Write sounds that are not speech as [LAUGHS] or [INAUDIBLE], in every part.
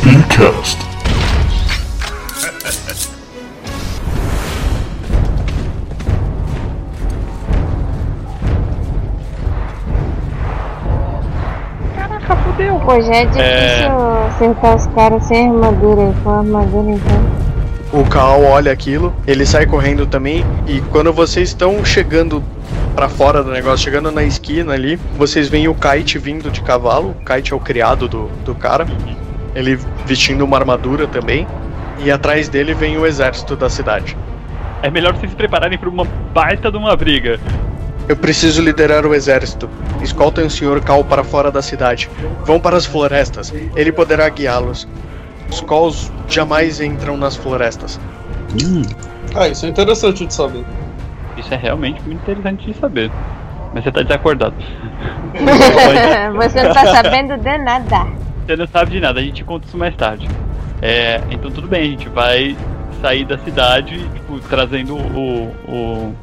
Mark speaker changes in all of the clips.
Speaker 1: Podcast.
Speaker 2: Caraca, fudeu. Pois é difícil acertar os caras sem armadura. Com a armadura, então.
Speaker 3: O Cal olha aquilo, ele sai correndo também e quando vocês estão chegando pra fora do negócio, chegando na esquina ali, vocês veem o Kite vindo de cavalo. O Kite é o criado do, do cara. Ele vestindo uma armadura também. E atrás dele vem o exército da cidade.
Speaker 4: É melhor vocês se prepararem pra uma baita de uma briga.
Speaker 3: Eu preciso liderar o exército. Escoltem o Sr. Cal para fora da cidade. Vão para as florestas. Ele poderá guiá-los. Os Cals jamais entram nas florestas.
Speaker 5: Ah, isso é interessante de saber.
Speaker 4: Isso é realmente muito interessante de saber. Mas você tá desacordado.
Speaker 2: [LAUGHS] Você não tá sabendo de nada.
Speaker 4: Você não sabe de nada, a gente conta isso mais tarde. É, então tudo bem, a gente vai sair da cidade, tipo, trazendo o, o,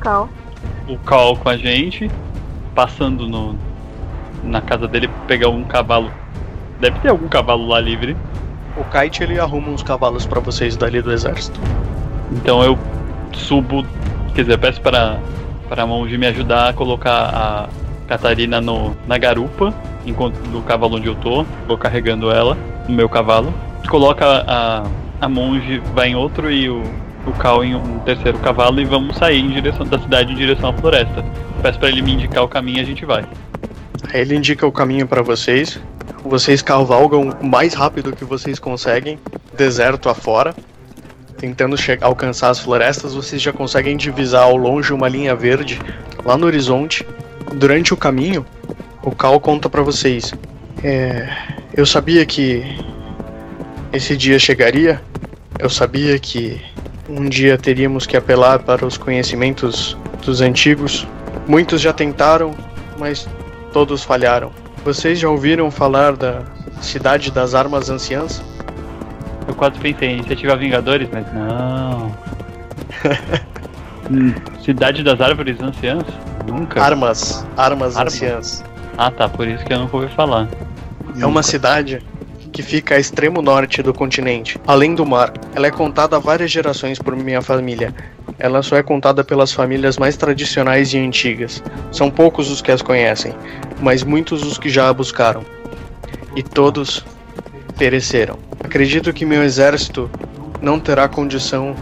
Speaker 2: Cal.
Speaker 4: o Cal com a gente, passando no, na casa dele, pegar um cavalo. Deve ter algum cavalo lá livre.
Speaker 3: O Kite ele arruma uns cavalos pra vocês dali do exército.
Speaker 4: Então eu subo, quer dizer, eu peço para para a Monge me ajudar a colocar a Catarina no, na garupa, enquanto do cavalo onde eu tô, vou carregando ela no meu cavalo. Coloca a, a Monge vai em outro e o, o Cal em um terceiro cavalo e vamos sair em direção da cidade em direção à floresta. Peço para ele me indicar o caminho e a gente vai.
Speaker 3: Aí Ele indica o caminho pra vocês. Vocês cavalgam o mais rápido que vocês conseguem, deserto afora. Tentando che- alcançar as florestas, vocês já conseguem divisar ao longe uma linha verde lá no horizonte. Durante o caminho, o Cal conta pra vocês: "É, Eu sabia que esse dia chegaria, eu sabia que um dia teríamos que apelar para os conhecimentos dos antigos. Muitos já tentaram, mas todos falharam. Vocês já ouviram falar da Cidade das Armas Anciãs?
Speaker 4: Eu quase pensei em iniciativa Vingadores, mas não. Hum, cidade das Árvores Anciãs? Nunca.
Speaker 3: Armas, Armas
Speaker 4: Armas.
Speaker 3: Anciãs.
Speaker 4: Ah tá, por isso que eu nunca ouvi falar.
Speaker 3: É uma cidade que fica a extremo norte do continente, além do mar. Ela é contada há várias gerações por minha família. Ela só é contada pelas famílias mais tradicionais e antigas. São poucos os que as conhecem, mas muitos os que já a buscaram. E todos pereceram. Acredito que meu exército não terá condição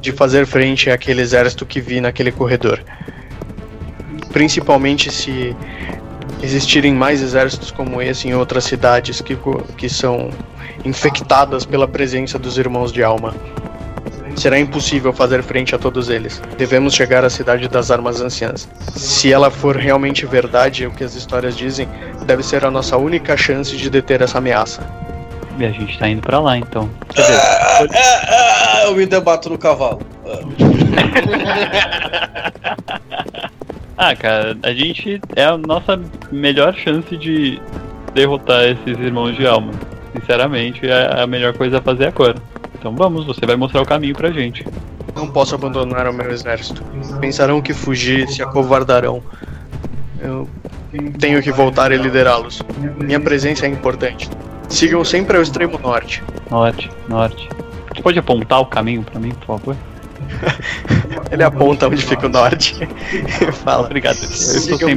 Speaker 3: de fazer frente àquele exército que vi naquele corredor. Principalmente se existirem mais exércitos como esse em outras cidades que, co- que são infectadas pela presença dos irmãos de alma. Será impossível fazer frente a todos eles. Devemos chegar à cidade das armas anciãs. Se ela for realmente verdade, o que as histórias dizem, deve ser a nossa única chance de deter essa ameaça.
Speaker 4: E a gente tá indo pra lá então.
Speaker 5: Ah, ah, [LAUGHS] eu me debato no cavalo.
Speaker 4: [LAUGHS] Ah, cara, a gente é a nossa melhor chance de derrotar esses irmãos de alma. Sinceramente, é a melhor coisa a fazer agora. Então vamos, você vai mostrar o caminho pra gente.
Speaker 3: Não posso abandonar o meu exército. Pensarão que fugi, se acovardarão. Eu tenho que voltar e liderá-los. Minha presença é importante. Sigam sempre ao extremo norte.
Speaker 4: Norte, norte. Você pode apontar o caminho pra mim, por favor?
Speaker 3: Ele aponta onde fica o norte [LAUGHS] e fala:
Speaker 4: Obrigado. Eu estou
Speaker 3: sigam
Speaker 4: sempre.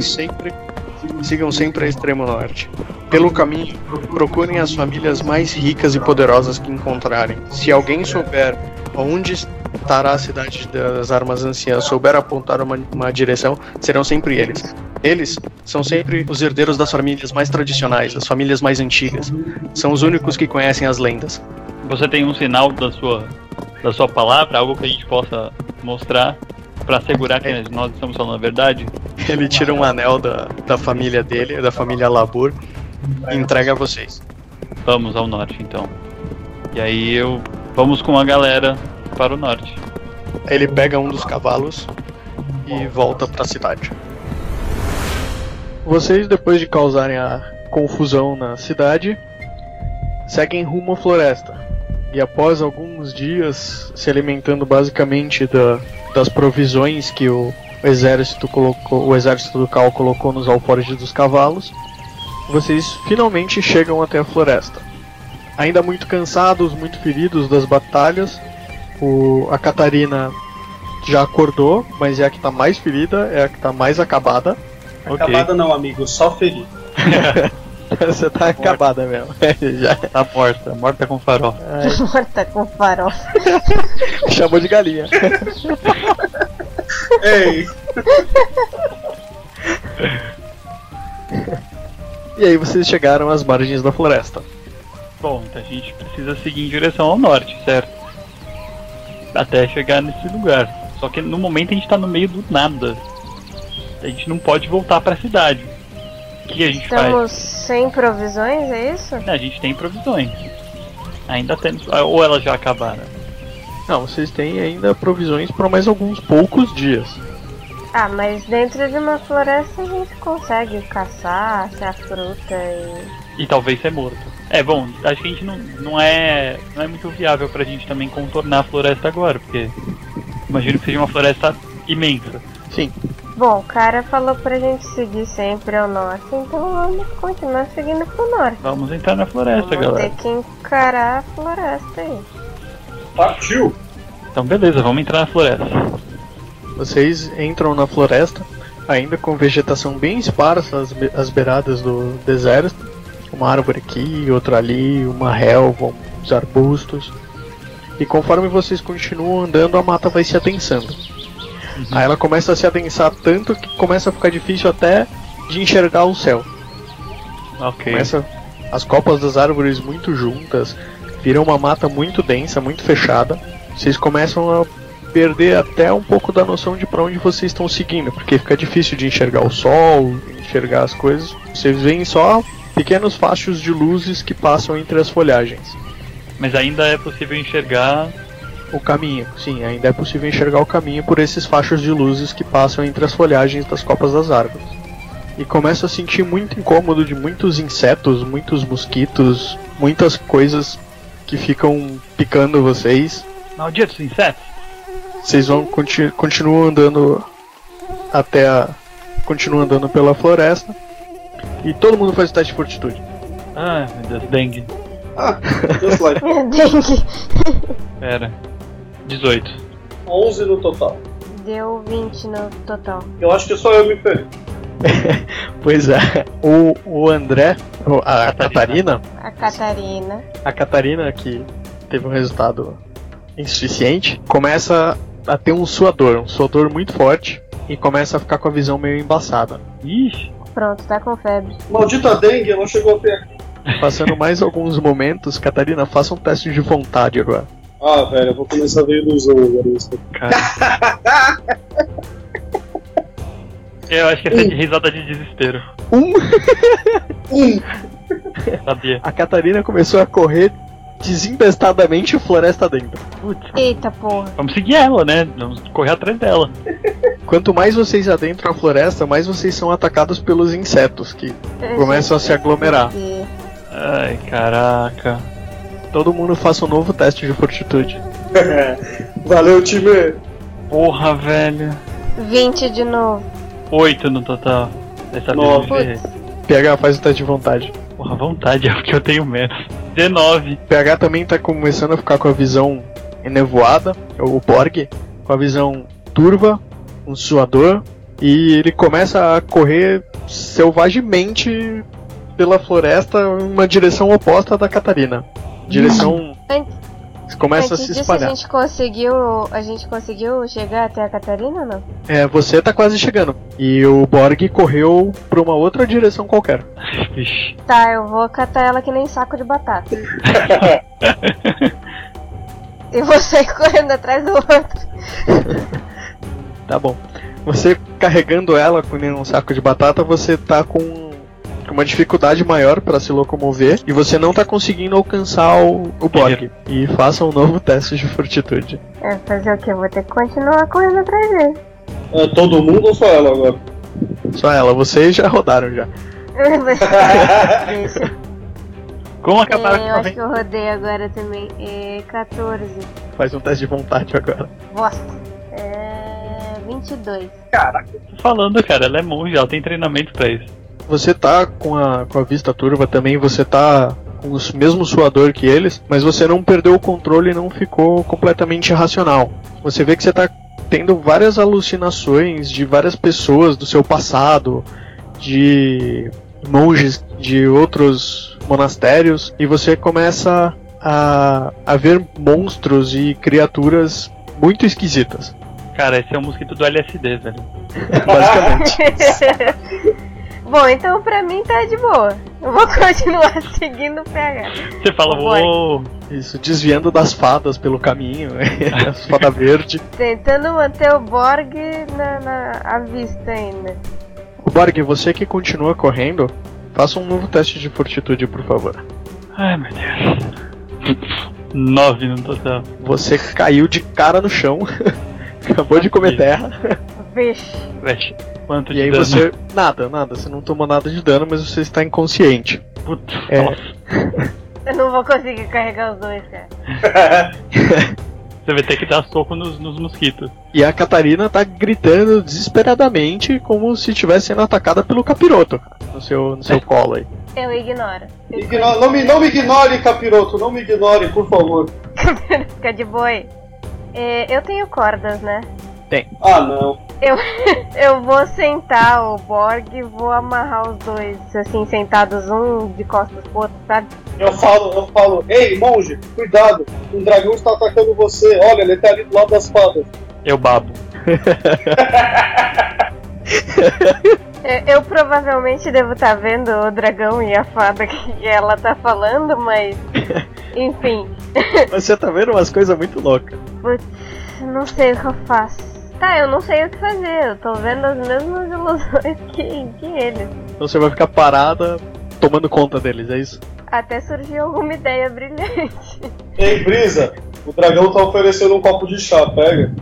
Speaker 3: sempre, sigam sempre a extremo norte. Pelo caminho, procurem as famílias mais ricas e poderosas que encontrarem. Se alguém souber onde estará a cidade das armas anciãs, souber apontar uma, uma direção, serão sempre eles. Eles são sempre os herdeiros das famílias mais tradicionais, das famílias mais antigas. São os únicos que conhecem as lendas.
Speaker 4: Você tem um sinal da sua, da sua palavra, algo que a gente possa mostrar pra assegurar que nós estamos falando a verdade?
Speaker 3: Ele tira um anel da, da família dele, da família Labor, e entrega a vocês.
Speaker 4: Vamos ao norte então. E aí eu. Vamos com a galera para o norte.
Speaker 3: Ele pega um dos cavalos e volta pra cidade. Vocês, depois de causarem a confusão na cidade, seguem rumo à floresta. E após alguns dias se alimentando basicamente da- das provisões que o exército colocou, o exército do Cal colocou nos alforjes dos cavalos, vocês finalmente chegam até a floresta. Ainda muito cansados, muito feridos das batalhas. O, a Catarina já acordou, mas é a que tá mais ferida, é a que tá mais acabada.
Speaker 4: Ok.
Speaker 1: Acabada não, amigo, só ferido.
Speaker 3: [LAUGHS] Você tá acabada mesmo. [LAUGHS] já
Speaker 4: Tá morta, morta com farol.
Speaker 2: Morta com farol.
Speaker 3: chamou de galinha.
Speaker 1: Ei,
Speaker 3: [LAUGHS] E aí vocês chegaram às margens da floresta.
Speaker 4: Bom, então a gente precisa seguir em direção ao norte, certo? Até chegar nesse lugar. Só que no momento a gente tá no meio do nada. A gente não pode voltar pra cidade. O que a gente faz?
Speaker 2: Estamos sem provisões, é isso?
Speaker 4: A gente tem provisões. Ainda temos. ah, Ou elas já acabaram.
Speaker 3: Não, vocês têm ainda provisões para mais alguns poucos dias.
Speaker 2: Ah, mas dentro de uma floresta a gente consegue caçar, achar fruta e.
Speaker 4: E talvez ser morto. É bom, acho que a gente não, não é. não é muito viável pra gente também contornar a floresta agora, porque imagino que seja uma floresta imensa.
Speaker 2: Bom, o cara falou pra gente seguir sempre ao norte, então vamos continuar seguindo pro norte.
Speaker 4: Vamos entrar na floresta,
Speaker 2: vamos
Speaker 4: galera.
Speaker 2: ter que encarar a floresta aí. [LAUGHS]
Speaker 1: partiu!
Speaker 4: Então beleza, vamos entrar na floresta.
Speaker 3: Vocês entram na floresta, ainda com vegetação bem esparsa às, be- às beiradas do deserto. Uma árvore aqui, outra ali, uma relva, uns arbustos. E conforme vocês continuam andando, a mata vai se adensando. Aí ela começa a se adensar tanto que começa a ficar difícil até de enxergar o céu.
Speaker 4: Ok.
Speaker 3: Começa as copas das árvores muito juntas, viram uma mata muito densa, muito fechada. Vocês começam a perder até um pouco da noção de pra onde vocês estão seguindo, porque fica difícil de enxergar o sol, enxergar as coisas. Vocês veem só pequenos fachos de luzes que passam entre as folhagens.
Speaker 4: Mas ainda é possível enxergar.
Speaker 3: O caminho, sim, ainda é possível enxergar o caminho por esses fachos de luzes que passam entre as folhagens das copas das árvores. E começo a sentir muito incômodo de muitos insetos, muitos mosquitos, muitas coisas que ficam picando vocês.
Speaker 4: Malditos insetos!
Speaker 3: Vocês vão conti continuam andando até a. continuam andando pela floresta. E todo mundo faz o teste de fortitude.
Speaker 4: Ai Ah, meu Deus, dengue.
Speaker 1: Just like
Speaker 2: Dengue.
Speaker 4: Pera. 18.
Speaker 1: 11 no total.
Speaker 2: Deu 20 no total.
Speaker 1: Eu acho que só eu me feri.
Speaker 3: Pois é, o, o André, o- a Catarina,
Speaker 2: A Catarina.
Speaker 3: a Catarina, que teve um resultado insuficiente, começa a ter um suador, um suador muito forte, e começa a ficar com a visão meio embaçada.
Speaker 4: Ixi,
Speaker 2: Pronto, tá com febre.
Speaker 1: Maldita dengue, ela chegou até aqui.
Speaker 3: Passando mais [LAUGHS] alguns momentos, Catarina, faça um teste de vontade agora.
Speaker 1: Ah, velho, eu vou começar a ver ilusão agora. isso.
Speaker 4: cara. Eu acho que essa é de risada de desespero.
Speaker 3: Um,
Speaker 4: Sabia.
Speaker 3: a Catarina começou a correr desempestadamente floresta dentro.
Speaker 4: Putz.
Speaker 2: Eita porra.
Speaker 4: Vamos seguir ela, né? Vamos correr atrás dela.
Speaker 3: Quanto mais vocês adentram a floresta, mais vocês são atacados pelos insetos que começam a se aglomerar.
Speaker 2: E-
Speaker 4: Ai, caraca.
Speaker 3: Todo mundo faça um novo teste de fortitude.
Speaker 1: Valeu, time!
Speaker 4: Porra, velho.
Speaker 2: 20 de novo.
Speaker 4: 8 no total. Dessa vez eu
Speaker 1: Nove.
Speaker 4: ferrei.
Speaker 3: PH faz o teste de vontade.
Speaker 4: Porra, vontade é o que eu tenho menos. 19.
Speaker 3: PH também tá começando a ficar com a visão enevoada, é o Borg, com a visão turva, um suador, e ele começa a correr selvagemente pela floresta em uma direção oposta da Catarina. Direção.
Speaker 2: Antes-
Speaker 3: Começa
Speaker 2: Hum.
Speaker 3: a
Speaker 2: Antes
Speaker 3: se
Speaker 2: disso,
Speaker 3: espalhar.
Speaker 2: a gente conseguiu. A gente conseguiu chegar até a Catarina ou não?
Speaker 3: É, você tá quase chegando. E o Borg correu pra uma outra direção qualquer.
Speaker 4: Vixe.
Speaker 2: Tá, eu vou catar ela que nem saco de
Speaker 3: [LAUGHS]
Speaker 2: batata. e vou sair correndo atrás do outro.
Speaker 3: Tá bom. Você carregando ela com um saco de batata, você tá com uma dificuldade maior pra se locomover e você não tá conseguindo alcançar o, o Borg. E faça um novo teste de fortitude.
Speaker 2: É, fazer o que? Eu vou ter que continuar correndo atrás dele. [LAUGHS]
Speaker 1: É todo mundo ou só ela agora?
Speaker 3: Só ela, vocês já rodaram já.
Speaker 2: Deixa.
Speaker 4: Como
Speaker 2: É,
Speaker 4: acabaram
Speaker 2: eu
Speaker 4: com
Speaker 2: acho que eu rodei agora também. É 14.
Speaker 3: Faz um teste de vontade agora.
Speaker 2: Bosta. É. 22.
Speaker 4: falando, cara. Ela é monge, ela tem treinamento pra isso.
Speaker 3: Você tá com a, com a vista turva também, você tá com o mesmo suador que eles, mas você não perdeu o controle e não ficou completamente irracional. Você vê que você tá tendo várias alucinações de várias pessoas do seu passado, de monges de outros monastérios, e você começa a, a ver monstros e criaturas muito esquisitas,
Speaker 4: Cara, esse é o mosquito do LSD, velho.
Speaker 2: [LAUGHS]
Speaker 3: basicamente.
Speaker 2: Bom, então pra mim tá de boa. Eu vou [LAUGHS] continuar seguindo o PH.
Speaker 4: Você fala,
Speaker 2: Vai.
Speaker 4: uou,
Speaker 3: Isso, desviando das fadas pelo caminho, [LAUGHS] as fada verde.
Speaker 2: Tentando manter o Borg na, na, à vista ainda.
Speaker 3: Borg, você que continua correndo, faça um novo teste de fortitude, por favor.
Speaker 4: ai meu Deus. [LAUGHS] Nove no total.
Speaker 3: Você caiu de cara no chão, [LAUGHS] acabou de comer terra,
Speaker 2: Vixe.
Speaker 4: Vixe, quanto
Speaker 3: e
Speaker 4: de
Speaker 3: aí
Speaker 4: dano?
Speaker 3: você. Nada, nada, você não tomou nada de dano, mas você está inconsciente.
Speaker 4: Putz,
Speaker 3: É.
Speaker 4: nossa.
Speaker 2: Eu não vou conseguir carregar os dois, cara.
Speaker 4: Você vai ter que dar soco nos, nos mosquitos.
Speaker 3: E a Catarina tá gritando desesperadamente, como se estivesse sendo atacada pelo capiroto no seu, no seu colo aí.
Speaker 2: Eu ignoro. [LAUGHS]
Speaker 1: Igno- não, me, não me ignore, capiroto, não me ignore, por favor.
Speaker 2: Fica de boa aí. É, eu tenho cordas, né?
Speaker 1: Ah, não.
Speaker 2: Eu [LAUGHS] vou sentar o Borg e vou amarrar os dois, assim, sentados um de costas pro outro, sabe?
Speaker 1: Eu falo, eu falo, ei, monge, cuidado, um dragão está atacando você. Olha, ele tá ali do lado das fadas.
Speaker 4: Eu babo.
Speaker 2: É, Eu provavelmente devo estar vendo o dragão e a fada que ela tá falando, mas. Enfim,
Speaker 3: Mas você tá vendo umas coisas muito loucas.
Speaker 2: não sei o que eu faço. Tá, eu não sei o que fazer, eu tô vendo as mesmas ilusões que, que eles.
Speaker 3: Então você vai ficar parada tomando conta deles, é isso?
Speaker 2: Até surgiu alguma ideia brilhante. [LAUGHS]
Speaker 1: Ei, Brisa, o dragão tá oferecendo um copo de chá, pega.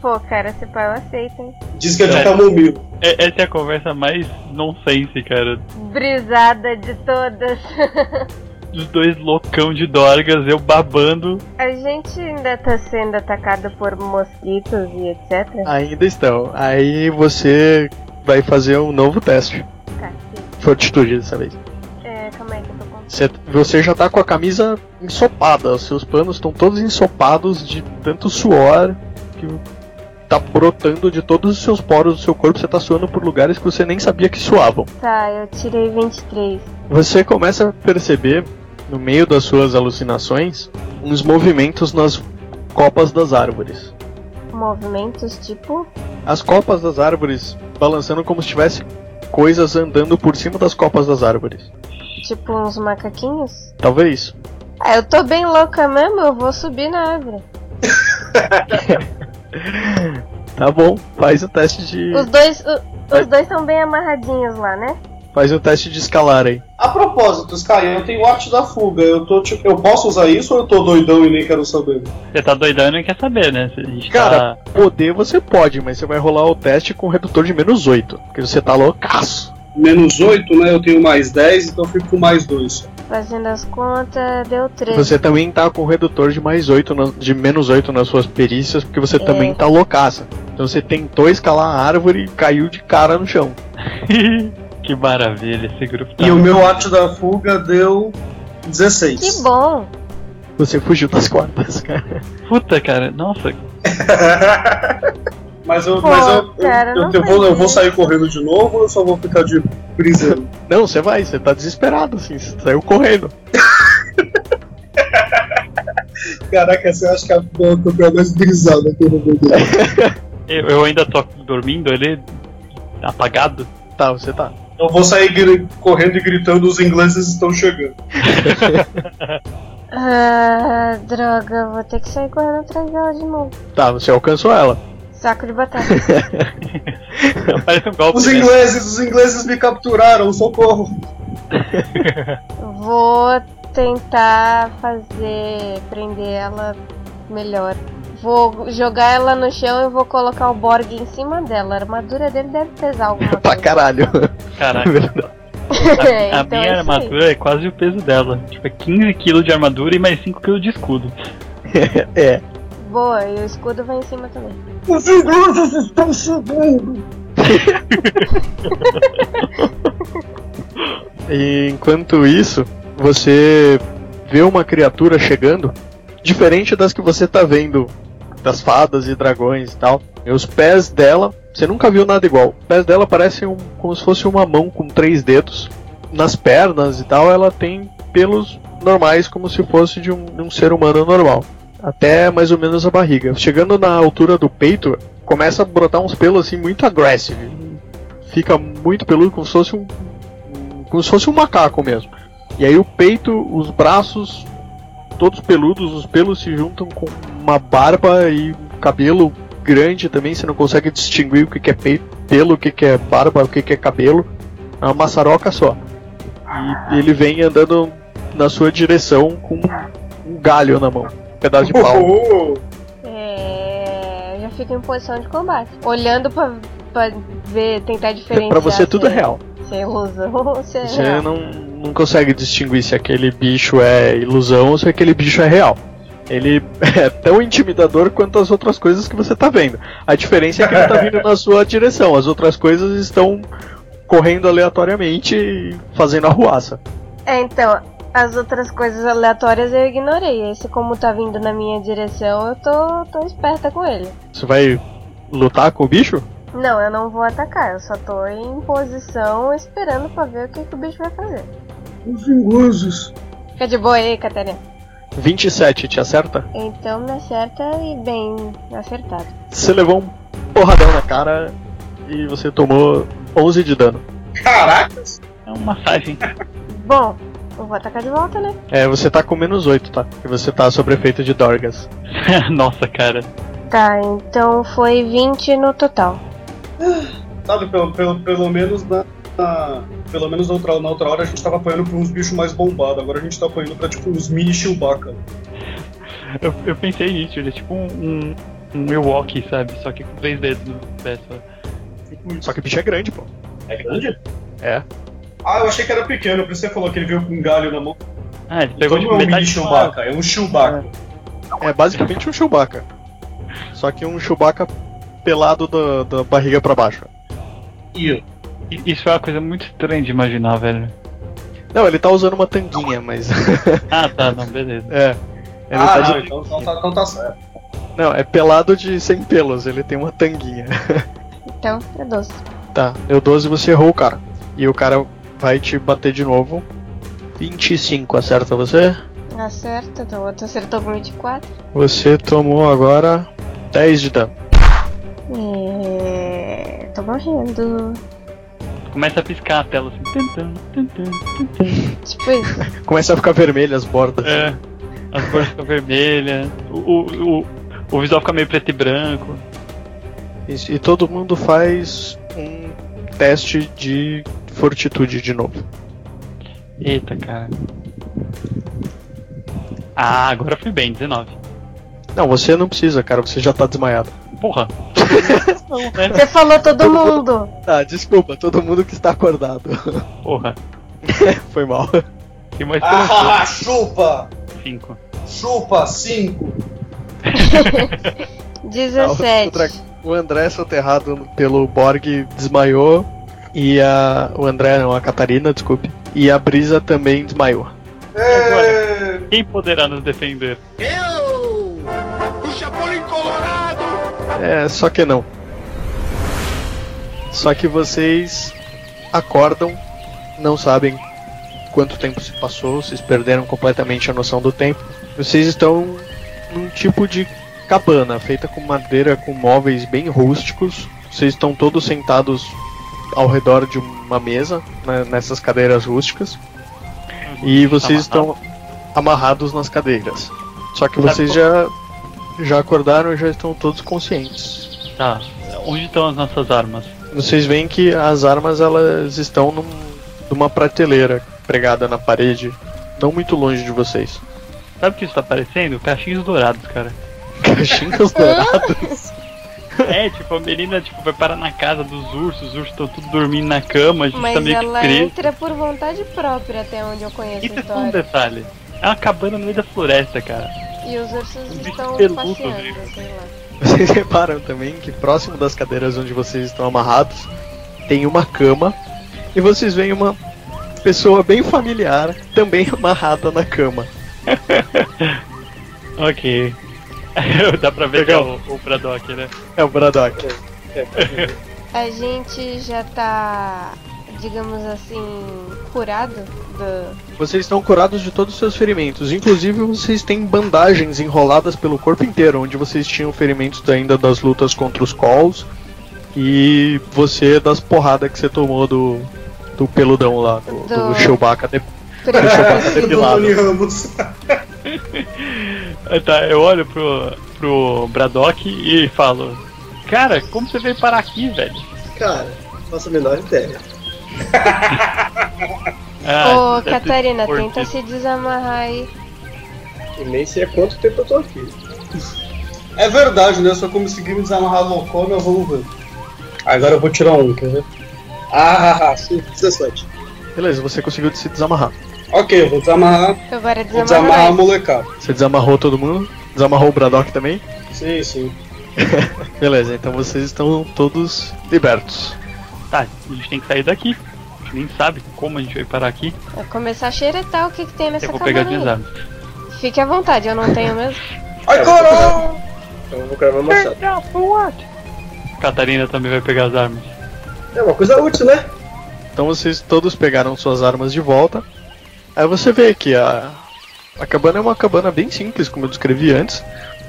Speaker 2: Pô, cara, se pai eu aceito, hein?
Speaker 1: Diz que é de
Speaker 4: É.
Speaker 1: camomila.
Speaker 4: É- Essa é a conversa mais nonsense, cara.
Speaker 2: Brisada de todas. [LAUGHS]
Speaker 4: Dos dois loucão de Dorgas, eu babando.
Speaker 2: A gente ainda tá sendo atacado por mosquitos e etc.
Speaker 3: Ainda estão. Aí você vai fazer um novo teste.
Speaker 2: Cacete.
Speaker 3: Fortitude dessa vez.
Speaker 2: Tá, É, calma aí que eu tô com.
Speaker 3: Cê- você já tá com a camisa ensopada, os seus panos estão todos ensopados de tanto suor que tá brotando de todos os seus poros do seu corpo, você tá suando por lugares que você nem sabia que suavam.
Speaker 2: Tá, eu tirei 23.
Speaker 3: Você começa a perceber, no meio das suas alucinações, uns movimentos nas copas das árvores.
Speaker 2: Movimentos tipo.
Speaker 3: As copas das árvores balançando como se tivesse coisas andando por cima das copas das árvores.
Speaker 2: Tipo uns macaquinhos?
Speaker 3: Talvez.
Speaker 2: Ah, eu tô bem louca mesmo, eu vou subir na árvore.
Speaker 3: Tá bom, faz o teste de.
Speaker 2: Os dois. o- os dois estão bem amarradinhos lá, né?
Speaker 3: Faz o teste de escalar aí.
Speaker 1: A propósito, Sky, eu tenho arte da fuga. Eu tô tipo, eu posso usar isso ou eu tô doidão e nem quero saber?
Speaker 4: Você tá doidão e não quer saber, né? A gente
Speaker 3: Cara,
Speaker 4: tá...
Speaker 3: Poder você pode, mas você vai rolar o teste com redutor de menos 8, porque você tá loucaço.
Speaker 1: Menos 8, né? Eu tenho mais 10, então eu fico com mais 2.
Speaker 2: Fazendo as contas, deu 13.
Speaker 3: Você também tá com redutor de mais 8 na- de menos 8 nas suas perícias, porque você também tá loucaça. Então você tentou escalar a árvore e caiu de cara no chão.
Speaker 4: [LAUGHS] que maravilha esse grupo. Tá...
Speaker 1: E o meu arte da fuga deu 16.
Speaker 2: Que bom!
Speaker 3: Você fugiu das cordas, [LAUGHS] cara.
Speaker 4: Puta, cara. Nossa,
Speaker 1: [LAUGHS] Mas eu,
Speaker 2: Pô,
Speaker 1: mas eu, eu-
Speaker 2: cara,
Speaker 1: eu,
Speaker 2: não
Speaker 1: eu vou, eu
Speaker 2: faz
Speaker 1: vou
Speaker 2: isso.
Speaker 1: sair correndo de novo ou eu só vou ficar de prisioneiro?
Speaker 3: Não, você vai, você tá desesperado assim, você saiu correndo.
Speaker 1: Caraca, você acha que a campeã mais brisada que eu vou ver?
Speaker 4: eu, eu ainda tô dormindo, ele... Apagado?
Speaker 3: Tá, você tá.
Speaker 1: Eu vou sair gri- correndo e gritando: os ingleses estão chegando.
Speaker 2: Ah, droga, eu vou ter que sair correndo atrás dela de novo.
Speaker 3: Tá, você alcançou ela.
Speaker 2: Saco de batata.
Speaker 3: [LAUGHS]
Speaker 4: Parece um golpe,
Speaker 1: Os
Speaker 4: né?
Speaker 1: ingleses, os ingleses me capturaram, socorro!
Speaker 2: Vou tentar fazer. prender ela melhor. Vou jogar ela no chão e vou colocar o Borg em cima dela. A armadura dele deve pesar alguma
Speaker 3: [LAUGHS] Pra
Speaker 2: coisa.
Speaker 3: caralho.
Speaker 4: Caraca.
Speaker 2: [LAUGHS]
Speaker 4: A
Speaker 2: Então
Speaker 4: minha
Speaker 2: é isso aí.
Speaker 4: armadura é quase o peso dela. Tipo, é 15 kg de armadura e mais 5 kg de escudo.
Speaker 3: é.
Speaker 2: Boa, e o escudo vai em cima também.
Speaker 1: Os ingleses estão chegando!
Speaker 3: E enquanto isso, você vê uma criatura chegando, diferente das que você tá vendo, das fadas e dragões e tal. E os pés dela, você nunca viu nada igual. Os pés dela parecem um- como se fosse uma mão com três dedos. Nas pernas e tal, ela tem pelos normais, como se fosse de um, de um ser humano normal. Até mais ou menos a barriga. Chegando na altura do peito, começa a brotar uns pelos assim muito agressivos. Fica muito peludo, como se fosse um. como se fosse um macaco mesmo. E aí o peito, os braços, todos peludos, os pelos se juntam com uma barba e um cabelo grande também, você não consegue distinguir o que, que é peito, pelo, o que, que é barba, o que, que é cabelo. É uma maçaroca só. E ele vem andando na sua direção com um galho na mão, um pedaço de pau.
Speaker 1: Uhul.
Speaker 2: É, eu já fico em posição de combate. Olhando pra, pra ver, tentar diferenciar.
Speaker 3: Pra você tudo é
Speaker 2: se
Speaker 3: real.
Speaker 2: Se é ilusão [LAUGHS] ou se é
Speaker 3: Você
Speaker 2: real.
Speaker 3: não, não consegue distinguir se aquele bicho é ilusão ou se aquele bicho é real. Ele [LAUGHS] é tão intimidador quanto as outras coisas que você tá vendo. A diferença é que ele tá vindo na sua direção. As outras coisas estão correndo aleatoriamente e fazendo arruaça.
Speaker 2: É, então, as outras coisas aleatórias eu ignorei. Esse, como tá vindo na minha direção, eu tô, tô esperta com ele.
Speaker 3: Você vai lutar com o bicho?
Speaker 2: Não, eu não vou atacar, eu só tô em posição esperando pra ver o que, que o bicho vai fazer.
Speaker 1: Os vingosos.
Speaker 2: Fica de boa aí, Catarina.
Speaker 3: 27, te acerta?
Speaker 2: Então me acerta e bem acertado.
Speaker 3: Você levou um porradão na cara e você tomou 11 de dano.
Speaker 1: Caracas!
Speaker 4: É uma massagem. [LAUGHS]
Speaker 2: Bom, eu vou atacar de volta, né?
Speaker 3: É, você tá com menos 8, tá? Porque você tá sob efeito de Dorgas.
Speaker 4: Nossa, cara.
Speaker 2: Tá, então foi 20 no total.
Speaker 1: Sabe, pelo, pelo, pelo menos na. na- pelo menos na outra, na outra hora a gente tava apanhando pra uns bichos mais bombados. Agora a gente tá apanhando pra tipo uns mini Chewbacca.
Speaker 4: Eu, eu pensei nisso, ele é tipo um, um, um Milwaukee, sabe? Só que com três dedos no pé só.
Speaker 1: Tipo isso.
Speaker 3: Só que o bicho é grande, pô.
Speaker 1: É grande?
Speaker 3: É.
Speaker 1: Ah, eu achei que era pequeno, por isso que você falou que ele veio com um galho na mão.
Speaker 4: Ah, ele pegou
Speaker 1: Então
Speaker 4: de
Speaker 1: não é um mini
Speaker 4: metade de uma...
Speaker 1: Chewbacca, é um Chewbacca.
Speaker 3: É basicamente um Chewbacca. Só que um Chewbacca pelado da, da barriga pra baixo.
Speaker 1: Ih,
Speaker 4: I- Isso é uma coisa muito estranha de imaginar, velho.
Speaker 3: Não, ele tá usando uma tanguinha, mas.
Speaker 4: Ah, tá, não, beleza.
Speaker 3: [LAUGHS] é. Ele
Speaker 1: ah,
Speaker 3: tá
Speaker 1: não,
Speaker 3: de...
Speaker 1: então, então tá, então tá certo.
Speaker 3: não, é pelado de sem pelos, ele tem uma tanguinha.
Speaker 2: Então, é 12.
Speaker 3: Tá, deu 12 você errou o cara. E o cara vai te bater de novo. 25 acerta você?
Speaker 2: Acerta, então o outro acertou com 24.
Speaker 3: Você tomou agora 10 de dano.
Speaker 2: É... Tô morrendo.
Speaker 4: Começa a piscar a tela assim. Tum, tum, tum, tum.
Speaker 2: Tipo isso.
Speaker 3: Começa a ficar vermelho as bordas.
Speaker 4: É. As cores ficam vermelhas. O, o, o, o visual fica meio preto e branco.
Speaker 3: Isso, E todo mundo faz um teste de fortitude de novo.
Speaker 4: Eita, cara. Ah, agora foi bem, 19.
Speaker 3: Não, você não precisa, cara, você já tá desmaiado.
Speaker 1: [LAUGHS]
Speaker 4: Porra. Não, né?
Speaker 2: Você falou todo
Speaker 3: Todo
Speaker 2: mundo.
Speaker 3: Ah, desculpa, todo mundo que está [LAUGHS] acordado.
Speaker 4: Porra.
Speaker 3: É, Foi mal.
Speaker 4: E mais
Speaker 1: Ah, chupa!
Speaker 4: 5.
Speaker 1: Chupa, 5!
Speaker 2: 17.
Speaker 3: O, dra- o André é soterrado pelo Borg desmaiou. E a. O André, não, a Catarina, desculpe. E a Brisa também desmaiou.
Speaker 1: É...
Speaker 4: Quem poderá nos defender?
Speaker 3: É, só que não. Só que vocês acordam, não sabem quanto tempo se passou, vocês perderam completamente a noção do tempo. Vocês estão num tipo de cabana feita com madeira com móveis bem rústicos. Vocês estão todos sentados ao redor de uma mesa, né, nessas cadeiras rústicas. E vocês estão amarrados nas cadeiras. Só que
Speaker 4: Sabe
Speaker 3: vocês
Speaker 4: qual-
Speaker 3: já já acordaram e já estão todos conscientes.
Speaker 4: Tá. Onde estão as nossas armas?
Speaker 3: Vocês veem que as armas elas estão num, numa prateleira pregada na parede, não muito longe de vocês.
Speaker 4: Sabe o que isso tá parecendo? Cachinhos dourados, cara.
Speaker 3: [LAUGHS] Caixinhas douradas.
Speaker 4: É, tipo, a menina tipo, vai parar na casa dos ursos, os ursos estão tudo dormindo na cama, a gente tá
Speaker 2: Mas
Speaker 4: meio
Speaker 2: ela é
Speaker 4: que preso.
Speaker 2: entra por vontade própria, até onde eu conheço
Speaker 4: Isso
Speaker 2: a
Speaker 4: é só um
Speaker 2: história.
Speaker 4: detalhe. É uma cabana no meio da floresta, cara.
Speaker 2: E os ursos
Speaker 4: bicho
Speaker 2: estão
Speaker 4: peludo,
Speaker 2: passeando,
Speaker 4: velho.
Speaker 2: sei lá.
Speaker 3: Vocês reparam também que próximo das cadeiras onde vocês estão amarrados tem uma cama e vocês veem uma pessoa bem familiar, também [LAUGHS] amarrada na cama.
Speaker 4: Ok. [LAUGHS] Dá pra ver
Speaker 3: Legal.
Speaker 4: que é o, o Braddock, né?
Speaker 3: É o Braddock.
Speaker 2: A gente já tá, digamos assim, curado do.
Speaker 3: Vocês estão curados de todos os seus ferimentos. Inclusive, vocês têm bandagens enroladas pelo corpo inteiro, onde vocês tinham ferimentos ainda das lutas contra os calls e você das porradas que você tomou do, do peludão lá, do, do
Speaker 2: Do-
Speaker 3: Chewbacca. De-
Speaker 6: [LAUGHS]
Speaker 1: Do
Speaker 3: Depilado.
Speaker 1: Tony Ramos.
Speaker 4: Ah, Tá, eu olho pro, pro Braddock e falo: Cara, como você veio parar aqui, velho?
Speaker 6: Cara, faço a menor ideia.
Speaker 2: Ô,
Speaker 4: deve ter
Speaker 2: Catarina,
Speaker 4: Ah, é por-
Speaker 2: tenta se desamarrar aí.
Speaker 6: E nem sei há quanto tempo eu tô aqui.
Speaker 1: É verdade, né? Só que eu consegui me desamarrar no coma, vamos ver. Agora eu vou tirar um, quer ver? [LAUGHS]
Speaker 6: Ah, sim, 17.
Speaker 3: Beleza, você conseguiu se desamarrar.
Speaker 1: Ok, eu vou desamarrar.
Speaker 2: Agora
Speaker 1: Vou
Speaker 2: desamarra
Speaker 1: desamarrar a
Speaker 2: mais.
Speaker 1: molecada.
Speaker 3: Você desamarrou todo mundo? Desamarrou o Braddock também?
Speaker 1: Sim, sim.
Speaker 3: Beleza, então vocês estão todos libertos.
Speaker 4: Tá, a gente tem que sair daqui. A gente nem sabe como a gente veio parar aqui.
Speaker 2: Vou começar a xeretar o que, que tem nessa
Speaker 4: eu vou
Speaker 2: cabana é
Speaker 4: pegar
Speaker 2: aí.
Speaker 4: desarme.
Speaker 2: Fique à vontade, eu não tenho
Speaker 3: [LAUGHS]
Speaker 2: mesmo.
Speaker 6: É,
Speaker 1: Ai, caralho!
Speaker 6: Então eu vou gravar uma machado.
Speaker 4: Catarina também vai pegar as armas.
Speaker 6: É uma coisa útil, né?
Speaker 3: Então vocês todos pegaram suas armas de volta. Aí você vê que a, a cabana é uma cabana bem simples, como eu descrevi antes.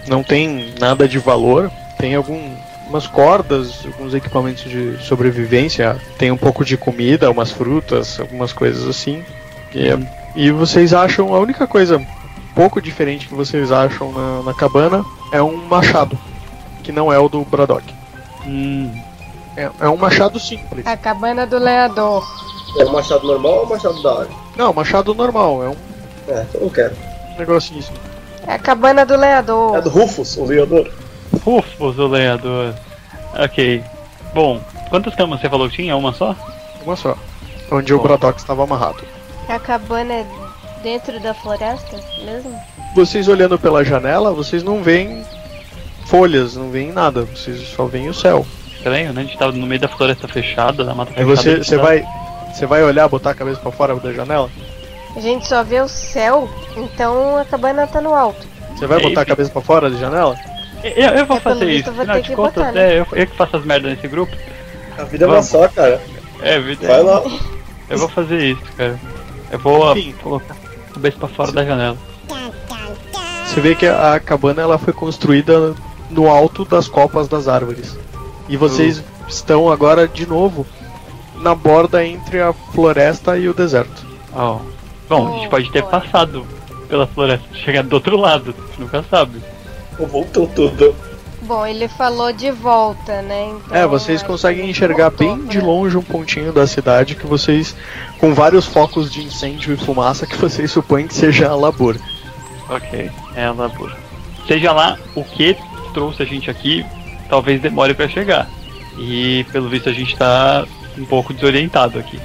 Speaker 3: Não tem nada de valor. Tem algumas cordas, alguns equipamentos de sobrevivência. Tem um pouco de comida, umas frutas, algumas coisas assim. E, é- e vocês acham a única coisa pouco diferente que vocês acham na, na cabana é um machado, que não é o do Braddock.
Speaker 4: Hum,
Speaker 3: É, é um machado simples.
Speaker 2: A cabana do lenhador.
Speaker 6: É um machado normal ou um machado da hora?
Speaker 3: Não, machado normal, é um
Speaker 6: É, então eu não quero.
Speaker 3: negocinho assim.
Speaker 2: É a cabana do
Speaker 6: É
Speaker 2: lenhador.
Speaker 6: do Rufus, o vereador?
Speaker 4: Rufus, o lenhador. Ok. Bom, quantas camas você falou que tinha? Uma só?
Speaker 3: Uma só. Onde o
Speaker 4: Bom.
Speaker 3: Braddock estava amarrado.
Speaker 2: A cabana é dentro da floresta mesmo?
Speaker 3: Vocês olhando pela janela, vocês não veem folhas, não veem nada, vocês só veem o céu.
Speaker 4: Estranho, né? A gente tava no meio da floresta fechada, da mata
Speaker 3: Aí
Speaker 4: fechada. a
Speaker 3: É, você,
Speaker 4: gente
Speaker 3: você
Speaker 4: tá-
Speaker 3: vai. Você vai olhar, botar a cabeça pra fora da janela?
Speaker 2: A gente só vê o céu, então a cabana tá no alto.
Speaker 3: Você vai
Speaker 4: É,
Speaker 3: botar a
Speaker 4: enfim.
Speaker 3: cabeça pra fora da janela?
Speaker 4: Eu, eu vou
Speaker 2: É, pelo
Speaker 4: fazer
Speaker 2: visto,
Speaker 4: isso,
Speaker 2: eu vou
Speaker 4: afinal
Speaker 2: ter
Speaker 4: de
Speaker 2: que
Speaker 4: contas,
Speaker 2: botar, né?
Speaker 4: é, eu, eu que faço as merdas nesse grupo.
Speaker 6: A vida é uma
Speaker 4: Vamos.
Speaker 6: só, cara.
Speaker 4: É, vida.
Speaker 6: Vai lá.
Speaker 4: Eu vou fazer isso, cara. Eu vou
Speaker 3: Enfim.
Speaker 4: ah, colocar a cabeça pra fora da janela.
Speaker 3: Você vê que a a cabana ela foi construída no alto das copas das árvores. E
Speaker 4: Hum.
Speaker 3: vocês estão agora de novo na borda entre a floresta e o deserto.
Speaker 4: Ó. Bom, a gente
Speaker 2: Oh,
Speaker 4: pode ter
Speaker 2: boa.
Speaker 4: passado pela floresta, chegar do outro lado, a gente nunca sabe.
Speaker 6: Voltou tudo.
Speaker 2: Bom, ele falou de volta, né? Então,
Speaker 3: É, vocês
Speaker 2: acho
Speaker 3: conseguem
Speaker 2: que
Speaker 3: enxergar
Speaker 2: voltou né?
Speaker 3: bem
Speaker 2: pra-
Speaker 3: de longe um pontinho da cidade que vocês. com vários focos de incêndio e fumaça que vocês supõem que seja a labor.
Speaker 4: Ok. É, labor. Seja lá o que trouxe a gente aqui, talvez demore pra chegar. E pelo visto a gente tá um pouco desorientado aqui.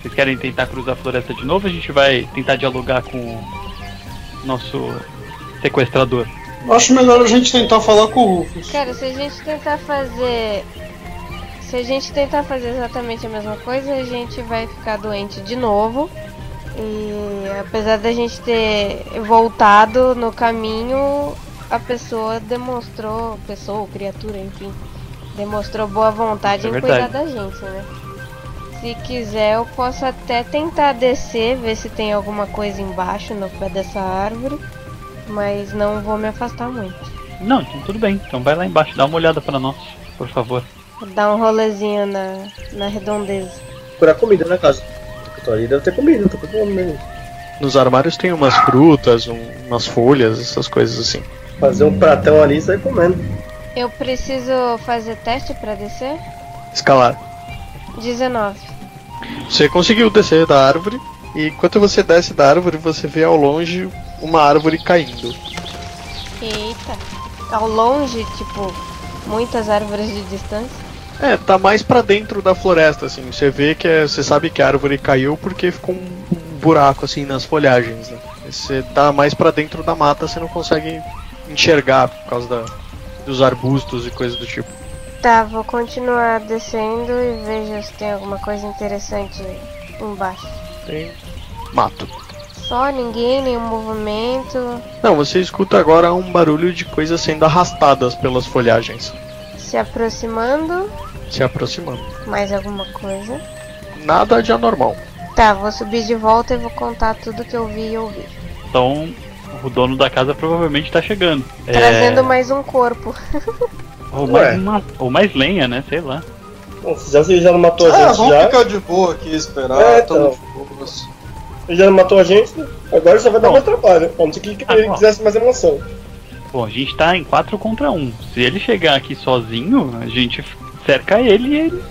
Speaker 4: Vocês querem tentar cruzar a floresta de novo? A gente vai tentar dialogar com o nosso sequestrador.
Speaker 1: Acho melhor a gente tentar falar com o Rufus.
Speaker 2: Cara, se a gente tentar fazer. Se a gente tentar fazer exatamente a mesma coisa, a gente vai ficar doente de novo. E apesar da gente ter voltado no caminho, a pessoa demonstrou, pessoa, criatura, enfim, demonstrou boa vontade
Speaker 4: É
Speaker 2: em
Speaker 4: verdade.
Speaker 2: cuidar da gente, né? Se quiser, eu posso até tentar descer, ver se tem alguma coisa embaixo no pé dessa árvore, mas não vou me afastar muito.
Speaker 4: Não, então tudo bem. Então vai lá embaixo, dá uma olhada pra nós, por favor.
Speaker 2: Vou Dar um rolezinho na, na redondeza.
Speaker 6: Procurar comida na casa. Eu tô ali, deve ter comida, eu tô com fome mesmo.
Speaker 3: Nos armários tem umas frutas, um- umas folhas, essas coisas assim.
Speaker 6: Fazer um pratão ali e sair comendo.
Speaker 2: Eu preciso fazer teste pra descer?
Speaker 3: Escalar.
Speaker 2: 19.
Speaker 3: Você conseguiu descer da árvore, e enquanto você desce da árvore, você vê ao longe uma árvore caindo.
Speaker 2: Eita. Ao longe, tipo, muitas árvores de distância.
Speaker 3: É, tá mais pra dentro da floresta, assim. Você vê que é, você sabe que a árvore caiu porque ficou um um buraco assim nas folhagens. Né? Você tá mais pra dentro da mata, você não consegue enxergar por causa da- dos arbustos e coisas do tipo.
Speaker 2: Tá, vou continuar descendo e vejo se tem alguma coisa interessante embaixo.
Speaker 3: tem mato.
Speaker 2: Só ninguém, nenhum movimento.
Speaker 3: Não, você escuta agora um barulho de coisas sendo arrastadas pelas folhagens,
Speaker 2: Se aproximando.
Speaker 3: se aproximando.
Speaker 2: Mais alguma coisa.
Speaker 3: Nada de anormal.
Speaker 2: Tá, vou subir de volta e vou contar tudo que eu vi e ouvi.
Speaker 4: Então, o dono da casa provavelmente tá chegando. É,
Speaker 2: Trazendo mais um corpo.
Speaker 4: ou,
Speaker 6: Ué.
Speaker 4: mais uma- ou mais lenha, né? Sei lá.
Speaker 6: Bom, se já, se ele já não matou a
Speaker 5: Ah,
Speaker 6: gente
Speaker 5: vamos
Speaker 6: já.
Speaker 5: ficar de boa aqui e esperar.
Speaker 6: É,
Speaker 5: tamo
Speaker 6: então.
Speaker 5: de boa.
Speaker 6: Ele já não matou a gente, né? Agora só vai dar
Speaker 4: Bom.
Speaker 6: mais trabalho. A não ser que que
Speaker 4: Ah,
Speaker 6: ele
Speaker 4: bom.
Speaker 6: quisesse mais emoção.
Speaker 4: Bom, a gente tá em 4 contra 1. Se ele chegar aqui sozinho, a gente cerca ele e ele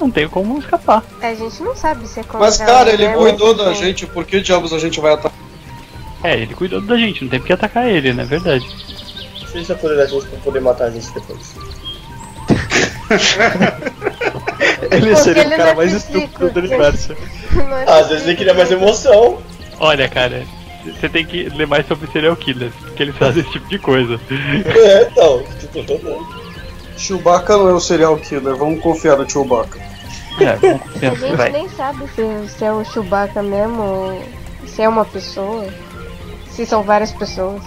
Speaker 4: não tem como escapar.
Speaker 2: A gente não sabe se é contra
Speaker 5: Mas, cara,
Speaker 2: um,
Speaker 5: ele
Speaker 2: né?
Speaker 5: cuidou
Speaker 2: Mas,
Speaker 5: da
Speaker 2: enfim.
Speaker 5: gente, por que diabos a gente vai atacar?
Speaker 4: É, ele cuidou da gente, não tem porque atacar ele, né? Verdade.
Speaker 6: Se ele já for da gente pra poder matar a gente depois.
Speaker 3: Ele
Speaker 2: Porque
Speaker 3: seria o
Speaker 2: ele
Speaker 3: cara
Speaker 2: não é
Speaker 3: mais
Speaker 2: psíquico,
Speaker 3: estúpido do
Speaker 2: gente.
Speaker 3: universo.
Speaker 2: Não é
Speaker 6: Ah, às vezes ele queria mais emoção.
Speaker 4: Olha, cara, você tem que ler mais sobre serial killers, porque eles fazem esse tipo de coisa.
Speaker 6: É, então. Tipo, tô bom.
Speaker 5: Chewbacca não é o serial killer, vamos confiar no Chewbacca.
Speaker 2: [LAUGHS] A
Speaker 4: É, vamos com
Speaker 2: gente
Speaker 4: tempo, vai.
Speaker 2: nem sabe se, se é o Chewbacca mesmo, ou se é uma pessoa, se são várias pessoas.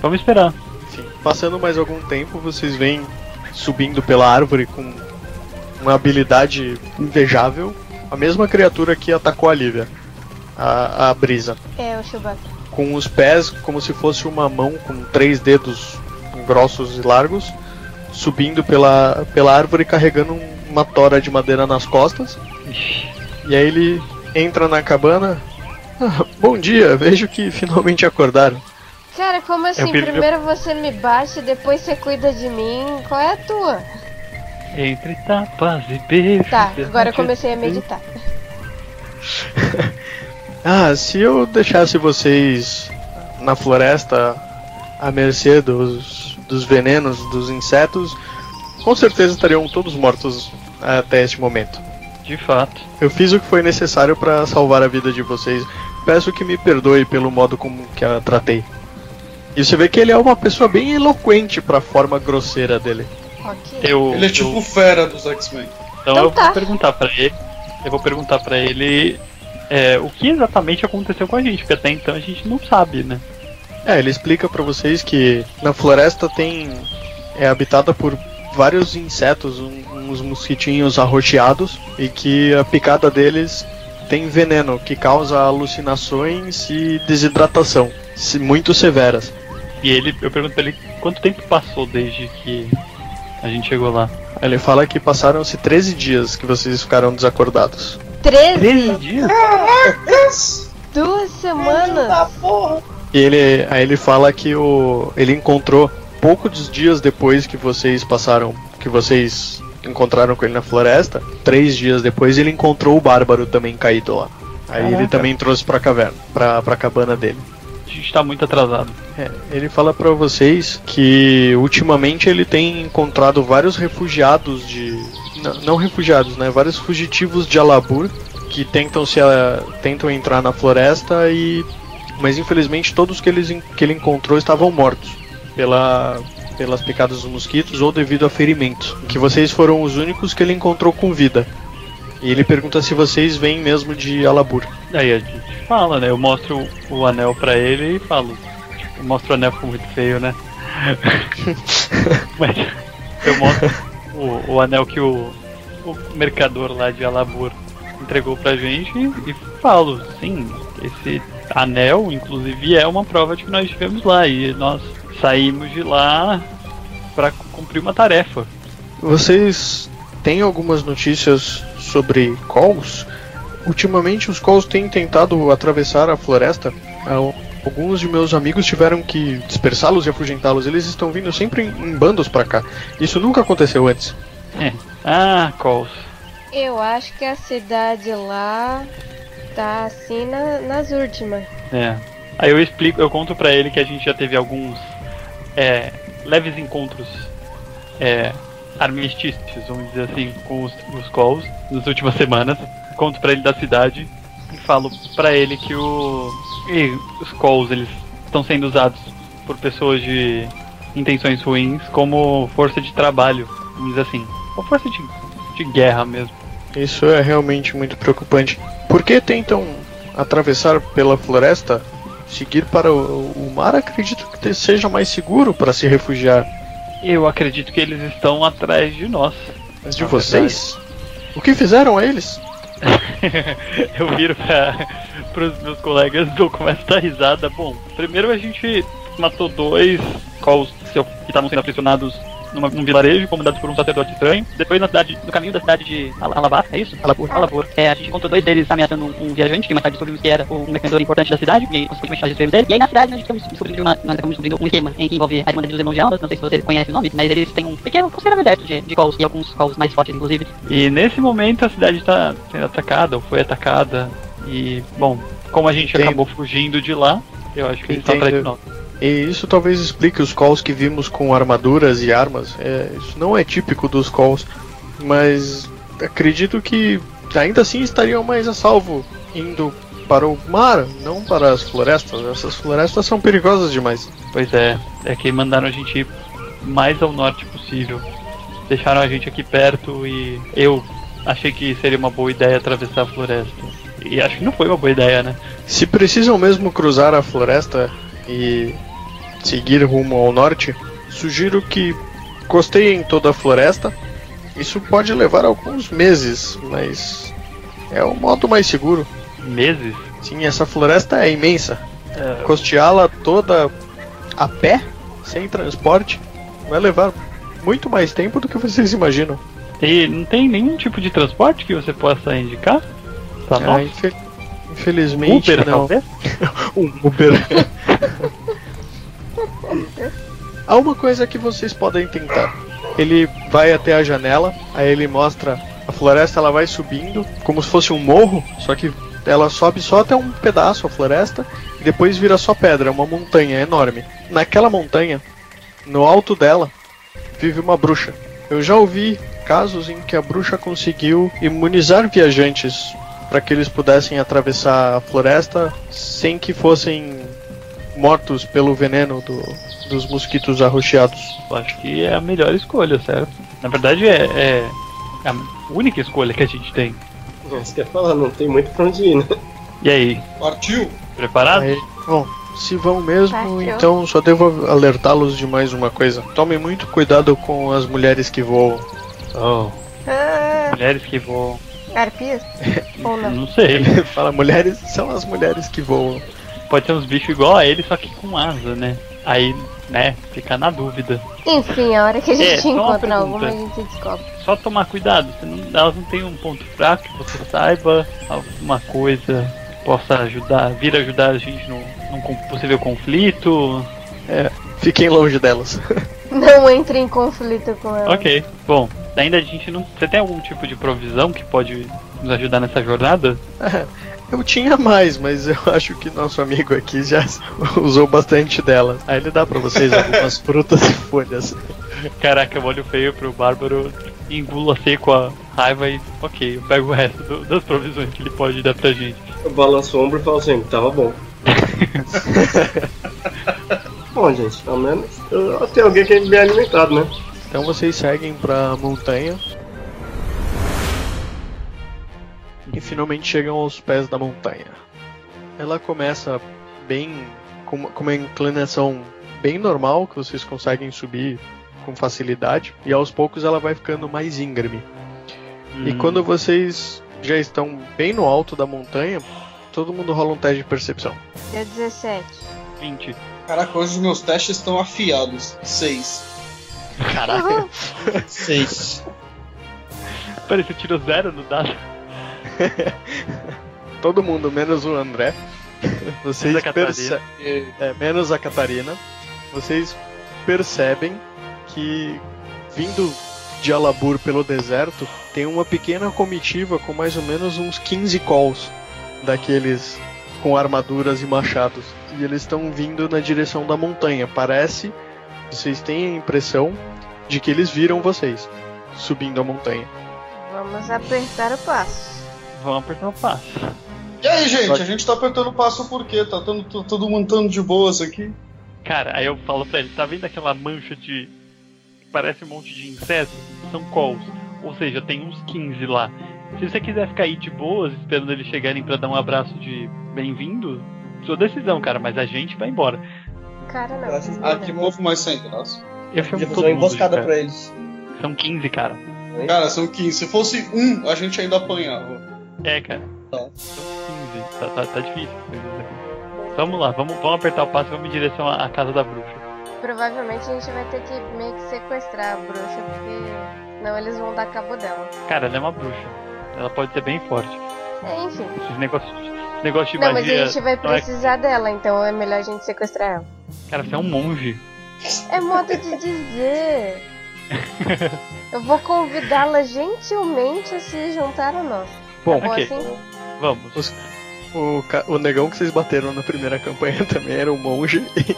Speaker 4: Vamos esperar.
Speaker 3: Enfim, passando mais algum tempo, vocês vêm subindo pela árvore com uma habilidade invejável. A mesma criatura que atacou a Lívia, a, a brisa.
Speaker 2: É o Chewbacca.
Speaker 3: Com os pés como se fosse uma mão com três dedos grossos e largos, subindo pela, pela árvore carregando um- uma tora de madeira nas costas. E aí ele entra na cabana. [LAUGHS] "Ah, bom dia, vejo que finalmente acordaram.
Speaker 2: Cara, como assim?
Speaker 4: filho de-
Speaker 2: Primeiro você me bate, depois você cuida de mim. Qual é a tua?
Speaker 4: Entre tapas e beijos.
Speaker 2: Tá,
Speaker 4: eu
Speaker 2: agora eu
Speaker 4: te-
Speaker 2: comecei a meditar.
Speaker 3: Ah, se eu deixasse vocês na floresta à mercê dos, dos venenos dos insetos, com certeza estariam todos mortos até este momento.
Speaker 4: De fato.
Speaker 3: Eu fiz o que foi necessário para salvar a vida de vocês. Peço que me perdoe pelo modo como que a tratei. E você vê que ele é uma pessoa bem eloquente para a forma grosseira dele.
Speaker 2: Ok.
Speaker 4: Eu,
Speaker 5: Ele é
Speaker 4: eu-
Speaker 5: tipo o fera dos X-Men.
Speaker 4: então
Speaker 2: Então
Speaker 4: eu
Speaker 2: tá.
Speaker 4: vou perguntar pra ele. Eu vou perguntar pra ele é, o que exatamente aconteceu com a gente, porque até então a gente não sabe, né?
Speaker 3: É, ele explica pra vocês que na floresta tem é habitada por vários insetos, um- uns mosquitinhos arroxeados e que a picada deles tem veneno que causa alucinações e desidratação, se- muito severas.
Speaker 4: E ele, eu pergunto pra ele quanto tempo passou desde que a gente chegou lá.
Speaker 3: Ele fala que passaram-se 13 dias que vocês ficaram desacordados.
Speaker 2: 13?
Speaker 4: 13 dias?
Speaker 2: Duas semanas?
Speaker 3: E ele, aí ele fala que o, ele encontrou poucos dias depois que vocês passaram, que vocês encontraram com ele na floresta, três dias depois ele encontrou o bárbaro também caído lá. Aí ele
Speaker 4: Caraca.
Speaker 3: também trouxe pra caverna, pra, pra cabana dele.
Speaker 4: A gente tá muito atrasado.
Speaker 3: É, ele fala pra vocês que ultimamente ele tem encontrado vários refugiados de. n- Não refugiados, né? Vários fugitivos de Alabur que tentam, se, ah, tentam entrar na floresta e. Mas infelizmente todos que, eles, en- que ele encontrou estavam mortos pela, pelas picadas dos mosquitos ou devido a ferimentos. Que vocês foram os únicos que ele encontrou com vida. E ele pergunta se vocês vêm mesmo de Alabur.
Speaker 4: Aí a gente fala, né? Eu mostro o anel pra ele e falo. Eu mostro o anel ficou muito feio, né? Mas eu mostro o, o anel que o, o mercador lá de Alabor entregou pra gente e falo, sim, esse anel, inclusive, é uma prova de que nós estivemos lá e nós saímos de lá pra cumprir uma tarefa.
Speaker 3: Vocês têm algumas notícias sobre calls? Ultimamente os calls têm tentado atravessar a floresta. Al- Alguns de meus amigos tiveram que dispersá-los e afugentá-los. Eles estão vindo sempre em- em bandos pra cá. Isso nunca aconteceu antes.
Speaker 4: Ah, Cols.
Speaker 2: Eu acho que a cidade lá tá assim na- nas últimas.
Speaker 4: É. Aí eu explico, eu conto pra ele que a gente já teve alguns é, leves encontros é, armistícios, vamos dizer assim, com os, os calls nas últimas semanas. Conto pra ele da cidade e falo pra ele que o e os calls eles estão sendo usados por pessoas de intenções ruins como força de trabalho, vamos dizer assim, ou força de, de guerra mesmo.
Speaker 3: Isso é realmente muito preocupante. Por que tentam atravessar pela floresta, seguir para o, o mar, acredito que te- seja mais seguro para se refugiar.
Speaker 4: Eu acredito que eles estão atrás de nós.
Speaker 3: Mas de
Speaker 4: Na
Speaker 3: vocês? O que fizeram a eles?
Speaker 4: Eu viro pra, pros meus colegas e eu começo a dar risada. Bom, primeiro a gente matou dois calls que estavam sendo aprisionados numa- num vilarejo comandado por um sacerdote estranho. Depois na cidade, no caminho da cidade de Ala- Alabasta, é isso? Alabor. Alabor. É, a gente encontrou dois deles ameaçando um, um viajante que mais tarde descobrimos que era um mercador importante da cidade, e aí conseguimos achar os escrever dele. E aí na cidade nós estamos descobrindo uma, nós acabamos descobrindo um esquema em que envolve a irmã dos irmãos de Almas, não sei se vocês conhecem o nome, mas eles têm um pequeno considerável exército de, de calls e alguns calls mais fortes, inclusive. E nesse momento a cidade está sendo atacada, ou foi atacada, e, bom, como a gente
Speaker 3: Entendo.
Speaker 4: acabou fugindo de lá, eu acho que eles estão atrás de
Speaker 3: Entendo.
Speaker 4: nós.
Speaker 3: E isso talvez explique os calls que vimos com armaduras e armas. É, isso não é típico dos calls, mas acredito que ainda assim estariam mais a salvo indo para o mar, não para as florestas. Essas florestas são perigosas demais.
Speaker 4: Pois é, é que mandaram a gente ir mais ao norte possível. Deixaram a gente aqui perto e eu achei que seria uma boa ideia atravessar a floresta. E acho que não foi uma boa ideia, né?
Speaker 3: Se precisam mesmo cruzar a floresta e seguir rumo ao norte, sugiro que costeiem toda a floresta. Isso pode levar alguns meses, mas é o modo mais seguro.
Speaker 4: Meses?
Speaker 3: Sim, essa floresta é imensa.
Speaker 4: É,
Speaker 3: Costeá-la toda a pé, sem transporte, vai levar muito mais tempo do que vocês imaginam.
Speaker 4: e não tem nenhum tipo de transporte que você possa indicar? Pra
Speaker 3: Ah,
Speaker 4: nós?
Speaker 3: infel- Infelizmente,
Speaker 4: Uber,
Speaker 3: não.
Speaker 4: talvez?
Speaker 3: [LAUGHS] um Uber. [LAUGHS] Há uma coisa que vocês podem tentar. Ele vai até a janela, aí ele mostra a floresta, ela vai subindo, como se fosse um morro, só que ela sobe só até um pedaço a floresta e depois vira só pedra, uma montanha enorme. Naquela montanha, no alto dela, vive uma bruxa. Eu já ouvi casos em que a bruxa conseguiu imunizar viajantes para que eles pudessem atravessar a floresta sem que fossem mortos pelo veneno do- dos mosquitos arroxeados.
Speaker 4: Eu acho que é a melhor escolha, certo? Na verdade é, é a única escolha que a gente tem.
Speaker 6: Não, Isso quer falar, não tem muito pra onde ir, né?
Speaker 4: E aí,
Speaker 1: Partiu?
Speaker 4: preparado?
Speaker 3: Aí, bom, se vão mesmo,
Speaker 2: Partiu.
Speaker 3: então só devo alertá-los de mais uma coisa. Tomem muito cuidado com as mulheres que voam. [LAUGHS]
Speaker 4: Oh,
Speaker 2: Ah,
Speaker 4: mulheres que voam. [LAUGHS]
Speaker 2: arpias? Ou não?
Speaker 4: Não sei.
Speaker 3: Fala, mulheres são as mulheres que voam.
Speaker 4: Pode ser uns bichos igual a ele, só que com asa, né? Aí, né, fica na dúvida.
Speaker 2: Enfim, a hora que a
Speaker 4: É,
Speaker 2: gente
Speaker 4: só uma
Speaker 2: encontrar
Speaker 4: pergunta.
Speaker 2: alguma, a gente descobre.
Speaker 4: Só tomar cuidado, senão elas não têm um ponto fraco que você saiba, alguma coisa que possa ajudar, vir ajudar a gente num, num con- possível conflito.
Speaker 3: Fiquem longe delas. [LAUGHS]
Speaker 2: Não entre em conflito com ela.
Speaker 4: Ok, bom, ainda a gente não. Você tem algum tipo de provisão que pode nos ajudar nessa jornada?
Speaker 3: Eu tinha mais, mas eu [LAUGHS] acho que nosso amigo aqui já [LAUGHS] usou bastante delas. Aí ele dá pra vocês algumas frutas e folhas.
Speaker 4: Caraca, eu olho feio pro Bárbaro, engula seco a raiva e. Ok, eu pego o resto do- das provisões que ele pode dar pra gente.
Speaker 6: Eu balanço o ombro e falo assim, tava [LAUGHS] bom. bom, gente, pelo menos eu, tem alguém que é bem alimentado, né?
Speaker 3: Então vocês seguem pra montanha. E finalmente chegam aos pés da montanha. Ela começa bem. com uma, com uma inclinação bem normal, que vocês conseguem subir com facilidade. E aos poucos ela vai ficando mais íngreme. E
Speaker 4: Hum.
Speaker 3: quando vocês já estão bem no alto da montanha, todo mundo rola um teste de percepção.
Speaker 2: Deu 17.
Speaker 4: 20.
Speaker 5: Caraca, hoje os meus testes estão afiados. Seis.
Speaker 3: Caraca!
Speaker 5: Seis.
Speaker 4: Peraí, você tirou zero no dado?
Speaker 3: todo mundo, menos o André. [LAUGHS] Vocês
Speaker 4: Menos a Catarina.
Speaker 3: percebem. menos a Catarina. Vocês percebem que vindo de Alabur pelo deserto tem uma pequena comitiva com mais ou menos uns 15 calls daqueles com armaduras e machados. E eles estão vindo na direção da montanha. Parece, vocês têm a impressão de que eles viram vocês subindo a montanha.
Speaker 2: Vamos apertar o passo.
Speaker 4: Vamos apertar o passo.
Speaker 1: E aí, gente?
Speaker 3: Pode-
Speaker 1: A gente tá apertando o passo por quê? Tá tando- to- todo mundo tando de boas aqui.
Speaker 4: Cara, aí eu falo pra ele, tá vendo aquela mancha de. que parece um monte de inseto? São calls. Ou seja, tem uns 15 lá. Se você quiser ficar aí de boas, esperando eles chegarem pra dar um abraço de bem-vindo, sua decisão, cara, mas a gente vai embora.
Speaker 2: Cara, não.
Speaker 5: Eu acho que-
Speaker 1: Ah, que mofo mais sem graça.
Speaker 5: Podia
Speaker 4: Eu chamo
Speaker 5: fazer
Speaker 4: todo
Speaker 5: uma
Speaker 4: mundo,
Speaker 5: emboscada
Speaker 4: cara.
Speaker 5: pra eles.
Speaker 4: São 15, cara.
Speaker 1: Cara, são 15. Se fosse um, a gente ainda apanhava.
Speaker 4: É, cara.
Speaker 5: Tá.
Speaker 4: São 15. Tá, tá, tá difícil. Vamos lá, vamos, vamos apertar o passo e vamos em direção à, à casa da bruxa.
Speaker 2: Provavelmente a gente vai ter que meio que sequestrar a bruxa, porque senão eles vão dar cabo dela.
Speaker 4: Cara, ela é uma bruxa. Ela pode ser bem forte.
Speaker 2: É, enfim.
Speaker 4: Esses negócios, esse negócio de
Speaker 2: Não, mas
Speaker 4: magia.
Speaker 2: a gente vai
Speaker 4: não é-
Speaker 2: precisar dela, então é melhor a gente sequestrar ela.
Speaker 4: Cara, você é um monge.
Speaker 2: É modo de
Speaker 4: [LAUGHS]
Speaker 2: dizer. Eu vou convidá-la gentilmente a se juntar a nós.
Speaker 3: Bom,
Speaker 2: Ou
Speaker 4: Ok.
Speaker 2: assim,
Speaker 4: Vamos. [LAUGHS]
Speaker 3: Os- O, ca- o negão que vocês bateram na primeira campanha [LAUGHS] também era um monge. E,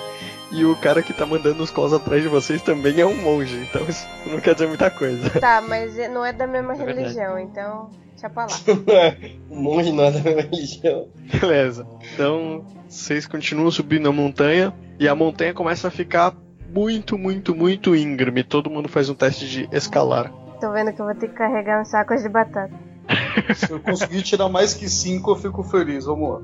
Speaker 3: e o cara que tá mandando os calls atrás de vocês também é um monge. Então isso não quer dizer muita coisa.
Speaker 2: tá, mas não é da mesma
Speaker 4: É verdade.
Speaker 2: religião, então deixa pra lá.
Speaker 6: Um monge não é da minha religião.
Speaker 3: [LAUGHS] Beleza. Então vocês continuam subindo a montanha. E a montanha começa a ficar muito, muito, muito íngreme. Todo mundo faz um teste de escalar.
Speaker 2: Tô vendo que eu vou ter que carregar uns sacos de batata.
Speaker 1: Se eu conseguir tirar mais que 5, eu fico feliz. Vamos lá.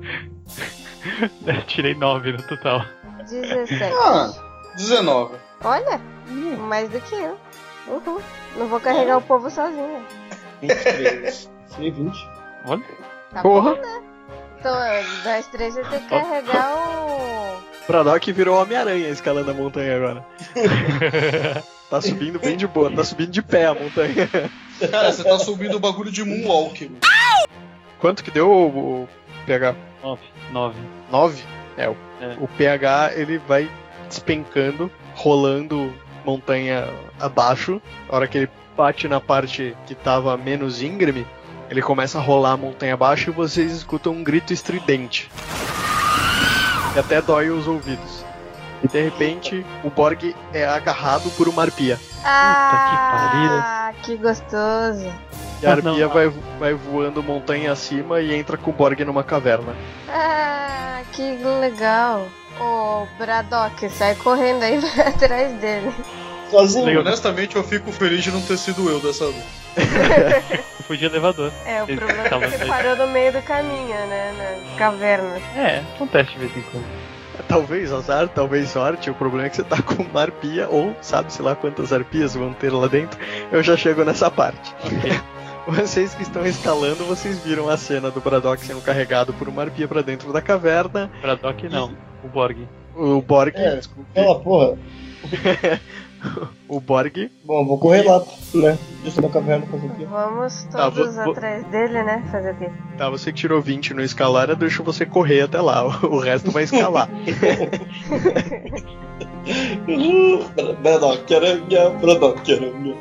Speaker 4: Eu tirei 9 no total.
Speaker 2: 17.
Speaker 1: Ah, 19.
Speaker 2: Olha,
Speaker 3: Hum.
Speaker 2: mais do que eu. Uhul. Não
Speaker 3: É.
Speaker 2: vou carregar o povo sozinha.
Speaker 6: 23. Tirei 20.
Speaker 4: Olha.
Speaker 2: Tá
Speaker 3: Porra.
Speaker 2: bom, né? Então, dois, três, eu tenho que carregar o.
Speaker 3: Braddock virou Homem-Aranha escalando a montanha [LAUGHS] agora. tá subindo bem de boa, tá subindo de pé a montanha.
Speaker 1: Cara, você tá subindo o bagulho de Moonwalk. mano.
Speaker 3: Quanto que deu o, o PH?
Speaker 4: 9. 9.
Speaker 3: 9? É, o,
Speaker 4: É.
Speaker 3: o PH ele vai despencando, rolando montanha abaixo. A hora que ele bate na parte que tava menos íngreme, ele começa a rolar a montanha abaixo e vocês escutam um grito estridente. E até dói os ouvidos. E de repente, o Borg é agarrado por uma arpia.
Speaker 2: Ah, que gostoso.
Speaker 3: E a
Speaker 4: Ah, Não.
Speaker 3: arpia vai, vai voando montanha acima e entra com o Borg numa caverna.
Speaker 2: Ah, que legal. Ô, Braddock, sai correndo aí [LAUGHS] vai atrás dele.
Speaker 6: Sozinho.
Speaker 1: né?
Speaker 4: Legal.
Speaker 1: Honestamente, eu fico feliz de não ter sido eu dessa vez.
Speaker 4: Eu fui de elevador.
Speaker 2: É, o
Speaker 4: Ele
Speaker 2: problema
Speaker 4: tava-
Speaker 2: é que você parou no meio do caminho, né? Na caverna.
Speaker 4: É, acontece de vez em quando.
Speaker 3: Talvez azar, talvez sorte. O problema é que você tá [LAUGHS] com uma arpia, ou sabe-se lá quantas arpias vão ter lá dentro. Eu já chego nessa parte. [LAUGHS] vocês que estão escalando, vocês viram a cena do Braddock sendo carregado por uma arpia pra dentro da caverna.
Speaker 4: Pra Doc, não. O Borg.
Speaker 3: O Borg.
Speaker 6: É.
Speaker 3: desculpe,
Speaker 6: Fala, porra.
Speaker 3: O Borg.
Speaker 6: Bom, vou correr lá, né? Deixa eu na caverna fazer o quê?
Speaker 2: Vamos
Speaker 3: Tá, vou-
Speaker 2: todos
Speaker 3: vou-
Speaker 2: atrás dele, né? Fazer o quê?
Speaker 3: Tá, você que tirou 20 no escalar, eu deixo você correr até lá. O resto vai escalar.
Speaker 6: Bradock, era minha. Bradock, era minha.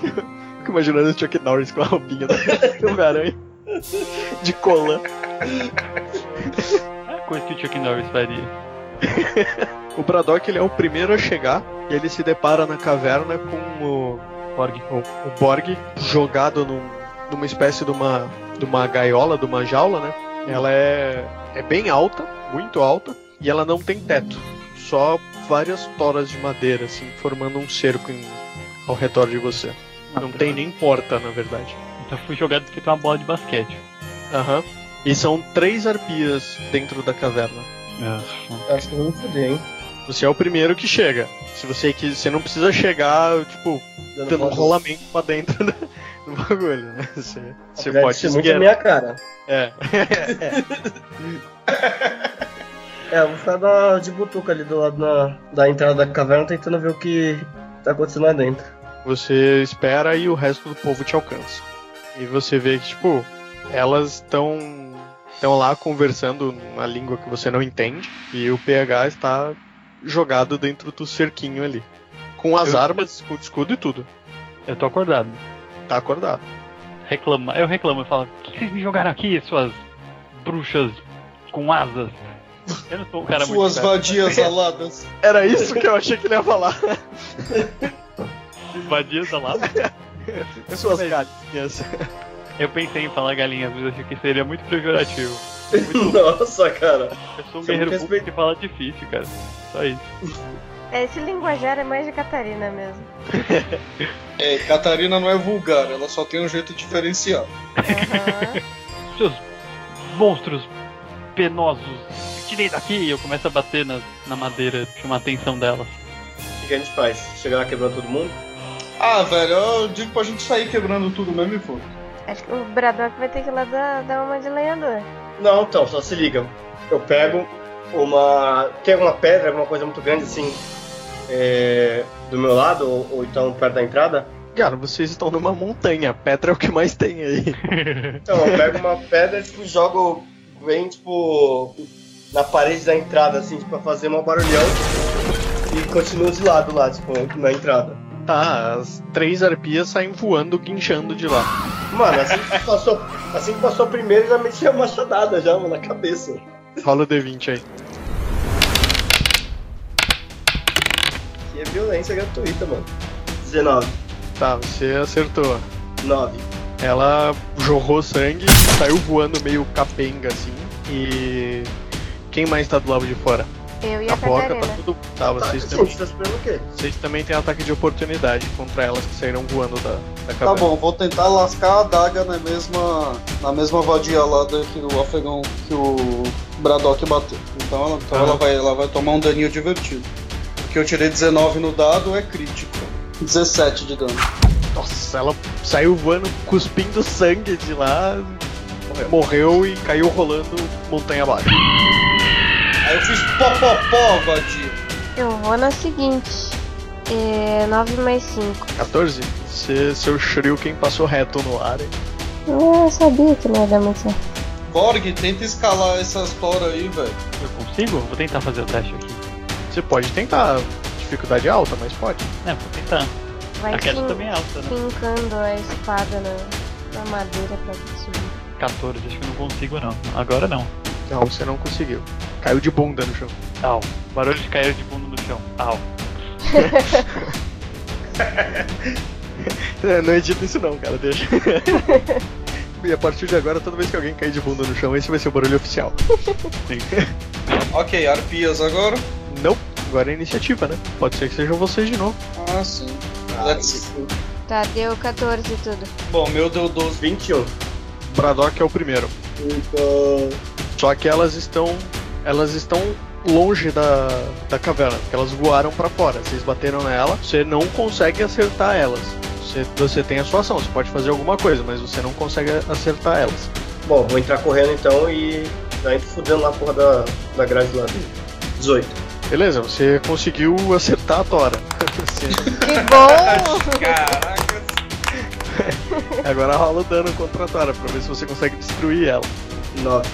Speaker 3: Fico imaginando o Chuck Norris com a roupinha do Homem-Aranha. De cola.
Speaker 4: É a coisa que o Chuck Norris faria.
Speaker 3: O Braddock ele é o primeiro a chegar e ele se depara na caverna com o,
Speaker 4: Borg.
Speaker 3: o, o Borg jogado num- numa espécie de uma, de uma gaiola, de uma jaula, né? Ela é, é bem alta, muito alta, e ela não tem teto. Só várias toras de madeira, assim, formando um cerco em- ao redor de você.
Speaker 4: Ah,
Speaker 3: Não tem nem porta, na verdade.
Speaker 4: Então fui jogado feito uma bola de basquete.
Speaker 3: Aham. E são três arpias dentro da caverna.
Speaker 4: É,
Speaker 6: Acho que eu vou me fuder, hein?
Speaker 3: Você é o primeiro que chega. Se você que você não precisa chegar, tipo, dando um rolamento pra dentro [LAUGHS] da- do bagulho, né? Você, você
Speaker 6: Apesar de
Speaker 3: pode
Speaker 6: ser muito a
Speaker 3: esgueirar.
Speaker 6: minha cara.
Speaker 3: É.
Speaker 6: É, eu vou ficar na- de butuca ali do lado na- da entrada da caverna tentando ver o que tá acontecendo lá dentro.
Speaker 3: É. Você espera e o resto do povo te alcança. E você vê que, tipo, elas estão estão lá conversando uma língua que você não entende e o PH está jogado dentro do cerquinho ali. Com as
Speaker 4: Eu-
Speaker 3: armas, com o escudo e tudo.
Speaker 4: Eu tô acordado.
Speaker 3: Tá acordado.
Speaker 4: Reclama. Eu reclamo, eu falo, o que vocês me jogaram aqui, suas bruxas com asas? Eu não sou um cara muito. [LAUGHS]
Speaker 1: Suas vadias aladas.
Speaker 3: Era isso que eu achei que ele ia falar.
Speaker 4: va- vadias lá.
Speaker 3: Suas [LAUGHS] galinhas.
Speaker 4: Eu pensei em falar galinhas, mas achei que seria muito pejorativo.
Speaker 6: Nossa, cara.
Speaker 4: Eu sou um
Speaker 6: Você
Speaker 4: guerreiro público
Speaker 6: não respeita-
Speaker 4: que fala difícil, cara. Só isso.
Speaker 2: Esse linguajar é mais de Catarina mesmo.
Speaker 4: [LAUGHS]
Speaker 1: É, Catarina não é vulgar, ela só tem um jeito diferenciado.
Speaker 2: Aham.
Speaker 4: Seus monstros penosos, tirei daqui! E eu começo a bater na, na madeira, chamar a atenção delas.
Speaker 6: O que a gente faz? Chegar lá quebrando todo mundo?
Speaker 1: Ah, velho, eu digo pra gente sair quebrando tudo mesmo e foda.
Speaker 2: Acho que o Braddock vai ter que ir lá dar, dar uma de lenhador.
Speaker 6: Não, então, só se liga. Eu pego uma. Tem alguma pedra, alguma coisa muito grande assim. é, do meu lado, ou, ou então perto da entrada.
Speaker 3: Cara, vocês estão numa montanha, pedra é o que mais tem aí.
Speaker 6: Então, eu pego
Speaker 3: [LAUGHS]
Speaker 6: uma pedra e tipo, jogo bem, tipo. na parede da entrada, assim, tipo, pra fazer um barulhão. E continuo de lado lá, tipo, na entrada.
Speaker 3: Tá, as três arpias saem voando, guinchando de lá.
Speaker 6: Mano, assim que passou, assim que passou primeiro, já meti a machadada já, mano, na cabeça.
Speaker 3: Rola o D20 aí.
Speaker 6: Que é violência gratuita, mano. 19.
Speaker 3: Tá, você acertou.
Speaker 6: 9.
Speaker 3: Ela jorrou sangue, saiu voando meio capenga assim. E. Quem mais tá do lado de fora?
Speaker 2: Eu e
Speaker 3: A
Speaker 2: a
Speaker 3: boca
Speaker 2: Catarina.
Speaker 3: tá tudo. Tá,
Speaker 6: Tá,
Speaker 3: vocês também.
Speaker 6: gente, tá esperando o quê?
Speaker 3: Vocês também têm ataque de oportunidade contra elas que saíram voando da, da
Speaker 1: Tá
Speaker 3: caverna.
Speaker 1: bom, vou tentar lascar a adaga na mesma, na mesma vadia lá da, que o afegão que o Braddock bateu. Então, ela, então
Speaker 3: Ah.
Speaker 1: ela, vai, ela vai tomar um daninho divertido. Porque eu tirei 19 no dado, é crítico. 17 de dano.
Speaker 3: Nossa, ela saiu voando, cuspindo sangue de lá, morreu e caiu rolando montanha abaixo.
Speaker 1: Aí eu fiz pó, pó, pó, vadia.
Speaker 2: Eu vou na seguinte. É, 9 mais 5.
Speaker 3: 14? Você, seu Shuriken passou reto no ar. hein?
Speaker 2: Ah, Eu sabia que não ia dar muito certo.
Speaker 1: Borg, tenta escalar essas toras aí, velho.
Speaker 4: Eu consigo? Vou tentar fazer o teste aqui.
Speaker 3: Você pode tentar, dificuldade alta, mas pode.
Speaker 4: É, vou tentar.
Speaker 2: Vai um,
Speaker 4: A
Speaker 2: fin-
Speaker 4: queda também é alta, né?
Speaker 2: fincando a espada na, na madeira pra subir.
Speaker 4: 14, acho que eu não consigo não. Agora não.
Speaker 3: Não, você não conseguiu. Caiu de bunda no chão.
Speaker 4: Au. Barulho de cair de bunda no chão. Au.
Speaker 3: [LAUGHS] É, não edita isso não, cara, deixa. [LAUGHS] e a partir de agora, toda vez que alguém cair de bunda no chão, esse vai ser o barulho oficial.
Speaker 1: Ok, arpias agora.
Speaker 3: não, agora é iniciativa, né? Pode ser que sejam vocês de novo.
Speaker 1: Ah, sim. Ah, Let's...
Speaker 2: Tá, deu 14 e tudo.
Speaker 1: Bom, meu deu 12.
Speaker 6: 21.
Speaker 3: Braddock é o primeiro.
Speaker 6: Então.
Speaker 3: Só que elas estão. Elas estão longe da, da caverna, porque elas voaram pra fora. Vocês bateram nela, você não consegue acertar elas. Você, você tem a sua ação, você pode fazer alguma coisa, mas você não consegue acertar elas.
Speaker 6: Bom, vou entrar correndo então e. Já entro fudendo lá a porra da, da grade lá. 18.
Speaker 3: Beleza, você conseguiu acertar a Tora. [LAUGHS] Você-
Speaker 2: Que
Speaker 4: [LAUGHS]
Speaker 1: um.
Speaker 2: bom!
Speaker 1: Caraca.
Speaker 3: agora rola o dano contra a Tora pra ver se você consegue destruir ela.
Speaker 6: 9.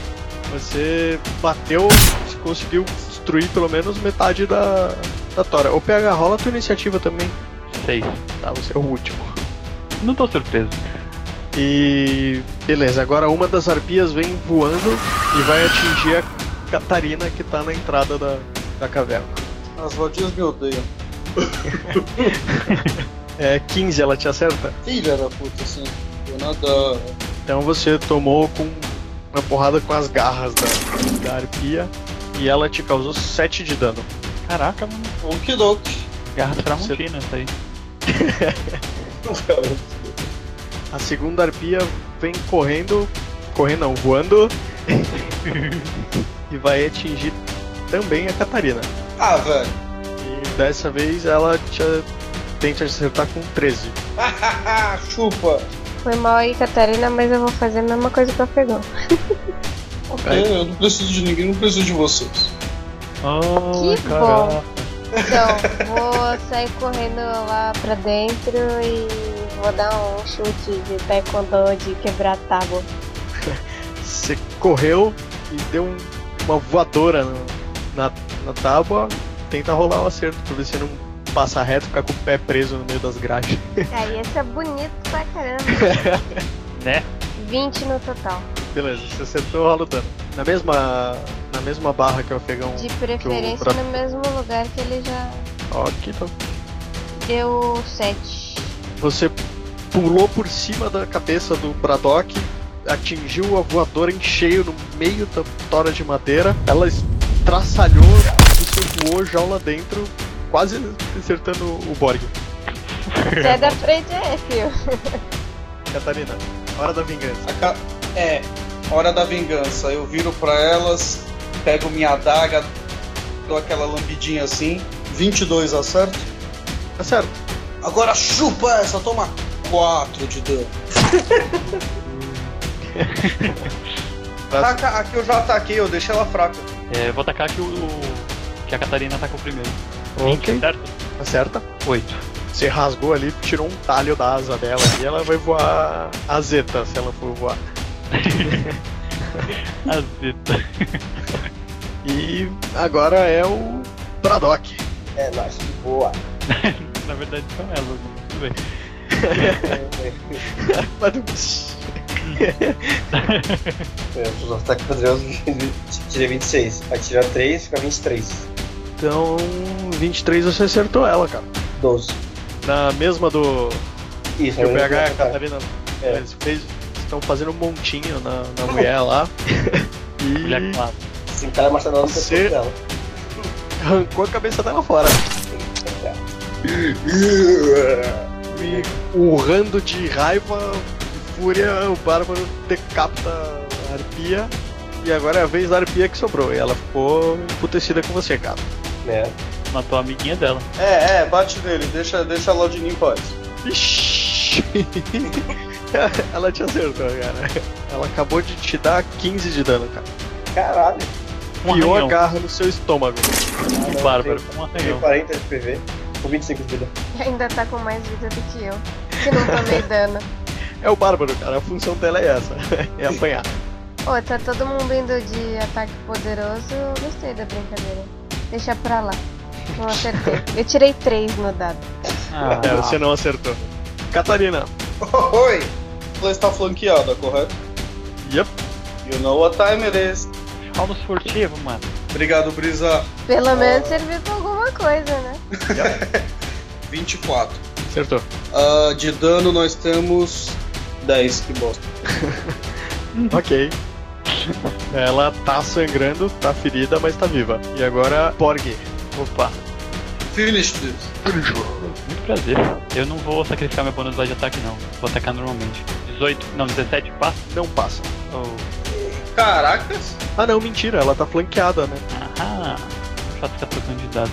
Speaker 3: Você bateu, você conseguiu destruir pelo menos metade da, da Tora. Ô PH, rola a tua iniciativa também.
Speaker 4: 6.
Speaker 3: Tá, você é o último.
Speaker 4: Não tô surpreso.
Speaker 3: E beleza, agora uma das arpias vem voando e vai atingir a Catarina que tá na entrada da, da caverna.
Speaker 1: As vadias me odeiam.
Speaker 3: É 15, ela te acerta?
Speaker 1: Filha da puta, assim. Eu nada.
Speaker 3: Então você tomou com uma porrada com as garras da, da arpia e ela te causou 7 de dano.
Speaker 4: Caraca, mano.
Speaker 1: Okidok.
Speaker 4: Garra pra
Speaker 3: Você-
Speaker 4: Montina essa aí.
Speaker 3: A segunda arpia vem correndo, correndo não, voando e vai atingir também a Catarina.
Speaker 1: Ah, velho. [LAUGHS]
Speaker 3: E dessa vez ela te, tenta acertar com 13.
Speaker 1: Chupa.
Speaker 2: Foi mal aí, Catarina, mas eu vou fazer a mesma coisa que eu pegou.
Speaker 1: Ok,
Speaker 3: Aí.
Speaker 1: eu não preciso de ninguém, não preciso de vocês.
Speaker 4: Oh,
Speaker 2: Que Então, vou sair correndo lá pra dentro e vou dar um chute de taekwondo de quebrar tábua.
Speaker 3: Você correu e deu um- uma voadora no- na, na tábua. Tenta rolar o acerto pra ver se não passa reto, ficar com o pé preso no meio das grades.
Speaker 2: Aí, esse é bonito pra caramba.
Speaker 4: Né?
Speaker 2: 20 no total.
Speaker 3: Beleza, você acertou, rola o dano. Na mesma, na mesma barra que o afegão.
Speaker 2: De
Speaker 3: Que
Speaker 2: preferência
Speaker 3: o-
Speaker 2: no mesmo lugar que ele já
Speaker 3: Ok, então.
Speaker 2: deu [LAUGHS] 7.
Speaker 3: Você pulou por cima da cabeça do Braddock, atingiu a voadora em cheio no meio da tora de madeira. Ela estraçalhou, você voou já lá dentro, quase acertando o Borg.
Speaker 2: Você é da frente, é, filho.
Speaker 3: Catarina, hora da vingança.
Speaker 5: A ca- É, hora da vingança. Eu viro pra elas, pego minha adaga, dou aquela lambidinha assim. 22 acerto.
Speaker 3: Tá certo.
Speaker 5: Agora chupa essa, toma 4 de
Speaker 6: [LAUGHS]
Speaker 5: dano.
Speaker 3: Tá-
Speaker 5: Taca, Tá, aqui eu já ataquei, eu deixei ela fraca.
Speaker 4: É, vou atacar que o. o- que a Catarina atacou primeiro.
Speaker 3: Ok.
Speaker 4: Certo?
Speaker 3: Acerta.
Speaker 4: Oito.
Speaker 3: Tá Você rasgou ali, tirou um talho da asa dela e ela vai voar a zeta se ela for voar.
Speaker 4: Azeta.
Speaker 3: E agora é o Braddock.
Speaker 6: É, nós, boa.
Speaker 4: Na verdade são elas, mas tudo bem.
Speaker 6: Os ataques [LAUGHS] poderosos tirei 26. Atira 3, fica 23.
Speaker 3: Então, 23 você acertou ela, cara.
Speaker 6: 12.
Speaker 3: Na mesma do
Speaker 6: Isso,
Speaker 1: É um
Speaker 6: um
Speaker 3: que o
Speaker 6: eu
Speaker 3: PH e a
Speaker 6: não vou
Speaker 3: Catarina
Speaker 6: É.
Speaker 3: eles fez, estão fazendo um montinho na, na mulher lá.
Speaker 4: Ele é
Speaker 3: E
Speaker 4: claro.
Speaker 6: atacar. Esse cara machado no
Speaker 3: Você-
Speaker 6: pescoço dela.
Speaker 3: arrancou a cabeça dela fora. E urrando de raiva e fúria, o Bárbaro decapita a arpia. E agora é a vez da arpia que sobrou. E ela ficou emputecida com você, cara.
Speaker 6: Né?
Speaker 4: Matou a amiguinha dela.
Speaker 5: É, é, bate nele, deixa, deixa a Lodinha em paz.
Speaker 3: Ixi. [LAUGHS] ela te acertou, cara. Ela acabou de te dar 15 de dano, cara.
Speaker 6: Caralho,
Speaker 4: Um
Speaker 3: Enfiou a
Speaker 4: arranhão.
Speaker 3: garra no seu estômago.
Speaker 4: Um bárbaro. Um
Speaker 6: tirei
Speaker 4: arranhão.
Speaker 6: 40 de PV. Com 25 de vida.
Speaker 2: Ainda tá com mais vida do que eu. Que não tomei [LAUGHS] dano.
Speaker 3: É o Bárbaro, cara. A função dela é essa: [LAUGHS] é apanhar.
Speaker 2: Ô, tá todo mundo indo de ataque poderoso. Eu gostei da brincadeira. Deixa pra lá. Não acertei. [LAUGHS] Eu tirei três no dado.
Speaker 4: Ah,
Speaker 3: É, você não acertou. Catarina.
Speaker 5: [LAUGHS] Oi! Ela está flanqueada, correto?
Speaker 3: Yep.
Speaker 5: You know what time it is.
Speaker 4: almoço furtivo, mano.
Speaker 5: Obrigado, Brisa.
Speaker 2: Pelo menos serviu pra alguma coisa, né?
Speaker 5: 24.
Speaker 3: Acertou.
Speaker 5: Ah, de dano nós temos 10, que bosta.
Speaker 3: Ok. Ela tá sangrando, tá ferida, mas tá viva. E agora, Borg.
Speaker 4: Opa.
Speaker 5: Finish this.
Speaker 4: Muito prazer. Eu não vou sacrificar meu bônus lá de ataque, não. Vou atacar normalmente. 18, não, 17 passa.
Speaker 3: Não passa.
Speaker 4: Oh.
Speaker 5: Caracas!
Speaker 3: Ah, não, mentira. Ela tá flanqueada, né?
Speaker 4: Ah, chato ficar trocando de dado.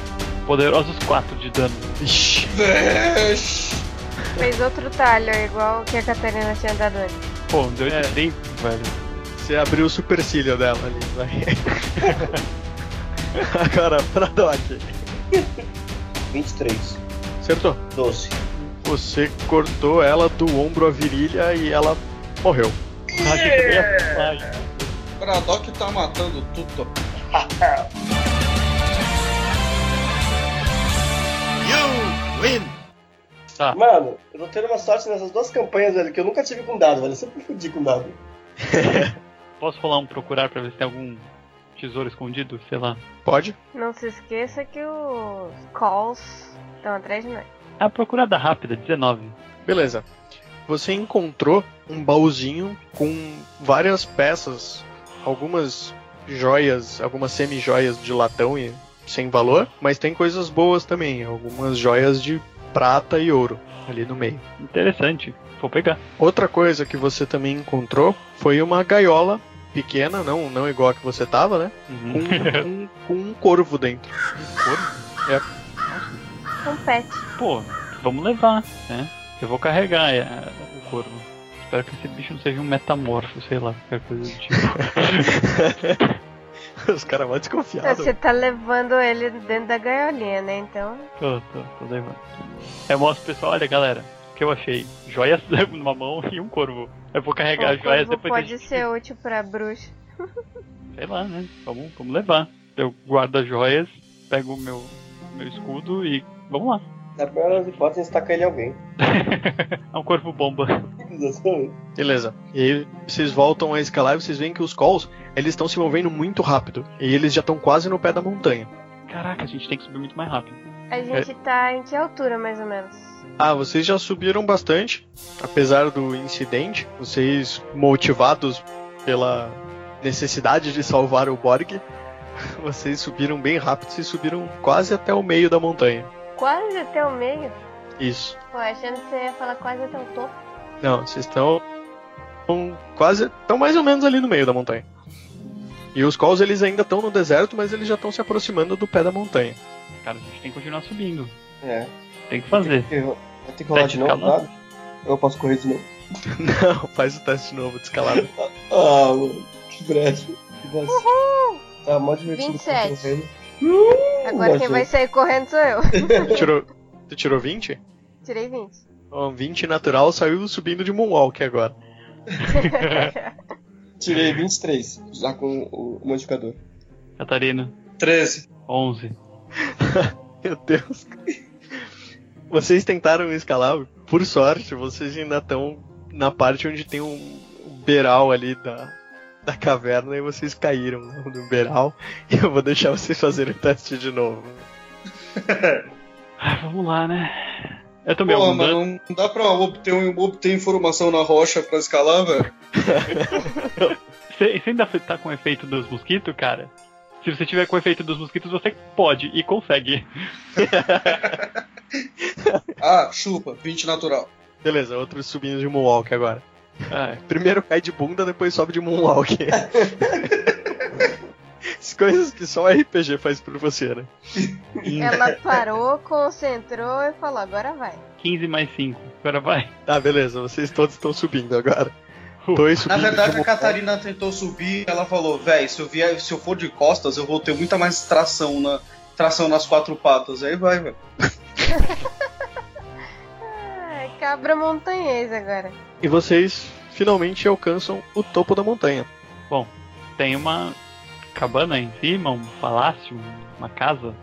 Speaker 4: Poderosos 4 de dano.
Speaker 3: Ixi.
Speaker 5: Vixe.
Speaker 2: Fez outro talho, igual o que a Catarina tinha dado antes.
Speaker 4: Pô, deu 83, velho.
Speaker 3: Você abriu o supercílio dela ali, vai. [LAUGHS] Agora, pra Doc.
Speaker 6: 23.
Speaker 3: Acertou.
Speaker 6: 12.
Speaker 3: Você cortou ela do ombro à virilha e ela morreu.
Speaker 4: Ah, achei que eu ia falar.
Speaker 5: Braddock tá matando tudo.
Speaker 4: Tá,
Speaker 6: Mano, eu tô tendo uma sorte nessas duas campanhas, velho, que eu nunca tive com dado, velho. Eu sempre fudi com dado.
Speaker 4: posso rolar um procurar pra ver se tem algum tesouro escondido? Sei lá.
Speaker 3: Pode?
Speaker 2: Não se esqueça que os calls estão atrás de nós.
Speaker 4: Ah, procurada rápida, 19.
Speaker 3: Beleza. Você encontrou um baúzinho com várias peças, algumas joias, algumas semi-joias de latão e sem valor, mas tem coisas boas também, algumas joias de prata e ouro ali no meio.
Speaker 4: Interessante. Vou pegar.
Speaker 3: Outra coisa que você também encontrou foi uma gaiola pequena, não, não igual a que você tava, né?
Speaker 4: [LAUGHS]
Speaker 3: Com,
Speaker 4: Uhum.
Speaker 3: um- com um corvo dentro.
Speaker 2: Um pet.
Speaker 4: Pô, vamos levar, né? Eu vou carregar é, o corvo. Espero que esse bicho não seja um metamorfo, sei lá, qualquer coisa do tipo.
Speaker 3: Os caras vão
Speaker 2: Tá,
Speaker 3: desconfiados.
Speaker 2: Você tá levando ele dentro da gaiolinha, né? Então.
Speaker 4: Tô, tô, tô levando. É, Eu mostro pro pessoal, olha galera, o que eu achei? Joias [LAUGHS] numa mão e um corvo. Eu vou carregar
Speaker 2: o
Speaker 4: as joias
Speaker 2: Um corvo
Speaker 4: depois
Speaker 2: pode
Speaker 4: a gente-
Speaker 2: ser útil pra bruxa.
Speaker 4: Sei lá, né? Vamos, vamos levar. Eu guardo as joias, pego o meu, meu escudo e vamos lá.
Speaker 6: Na pior das hipóteses, taca ele em alguém.
Speaker 4: É um corvo bomba. [LAUGHS]
Speaker 3: Beleza. E aí vocês voltam a escalar e vocês veem que os calls eles estão se movendo muito rápido. E eles já estão quase no pé da montanha.
Speaker 4: Caraca, a gente tem que subir muito mais rápido.
Speaker 2: A gente tá em que altura, mais ou menos?
Speaker 3: Ah, vocês já subiram bastante, apesar do incidente. Vocês motivados pela necessidade de salvar o Borg, [LAUGHS] Vocês subiram bem rápido, vocês subiram quase até o meio da montanha.
Speaker 2: Quase até o meio?
Speaker 3: Isso.
Speaker 2: Pô, achando que você ia falar quase até o topo.
Speaker 3: Não, vocês estão estão quase, estão mais ou menos ali no meio da montanha. E os calls eles ainda estão no deserto, mas eles já estão se aproximando do pé da montanha.
Speaker 4: Cara, a gente tem que continuar subindo.
Speaker 6: É.
Speaker 4: Tem que fazer.
Speaker 6: Eu, eu tenho que rolar de novo,
Speaker 4: Escalada.
Speaker 6: sabe? Eu posso correr de novo.
Speaker 3: Não, faz o teste de novo, descalado.
Speaker 6: Ah, mano, que brecha. Que vacilo. Tá mó divertido. ficar
Speaker 2: 27.
Speaker 6: correndo.
Speaker 4: Hum,
Speaker 2: Agora quem
Speaker 4: é.
Speaker 6: Achei.
Speaker 2: vai sair correndo sou eu. [LAUGHS]
Speaker 3: Tu tirou, tu tirou 20?
Speaker 2: Tirei
Speaker 4: [LAUGHS]
Speaker 2: 20.
Speaker 3: Um 20 natural saiu subindo de moonwalk agora.
Speaker 6: Tirei 23, já com o modificador.
Speaker 4: Catarina,
Speaker 5: 13.
Speaker 4: 11.
Speaker 3: Meu Deus. Vocês tentaram escalar, por sorte, vocês ainda estão na parte onde tem um beiral ali da, da caverna e vocês caíram no beiral. [LAUGHS] E eu vou deixar vocês fazerem o teste de novo.
Speaker 4: Ah, vamos lá, né? Eu tomei
Speaker 5: Pô,
Speaker 4: algum dano.
Speaker 5: mano, não dá pra obter, um- obter informação na rocha pra escalar, velho?
Speaker 4: Você você ainda tá com o efeito dos mosquitos, cara? Se você tiver com o efeito dos mosquitos, você pode e consegue.
Speaker 5: Ah, chupa, 20 natural.
Speaker 3: Beleza, outro subindo de moonwalk agora.
Speaker 4: Ah,
Speaker 3: Primeiro cai de bunda, depois sobe de moonwalk. As coisas que só o RPG faz por você, né?
Speaker 2: Ela parou, concentrou e falou, agora vai.
Speaker 4: 15 mais 5. Agora vai.
Speaker 3: Tá, beleza, vocês todos estão subindo agora. Dois
Speaker 5: Na
Speaker 3: subindo de
Speaker 5: verdade, a
Speaker 3: moonwalk.
Speaker 5: Catarina tentou subir ela falou, véi, se eu, vier, se eu for de costas, eu vou ter muita mais tração, na, tração nas quatro patas. Aí vai, velho.
Speaker 2: Ah, cabra montanhês agora.
Speaker 3: E vocês finalmente alcançam o topo da montanha.
Speaker 4: Tem uma cabana em cima, um palácio, uma casa.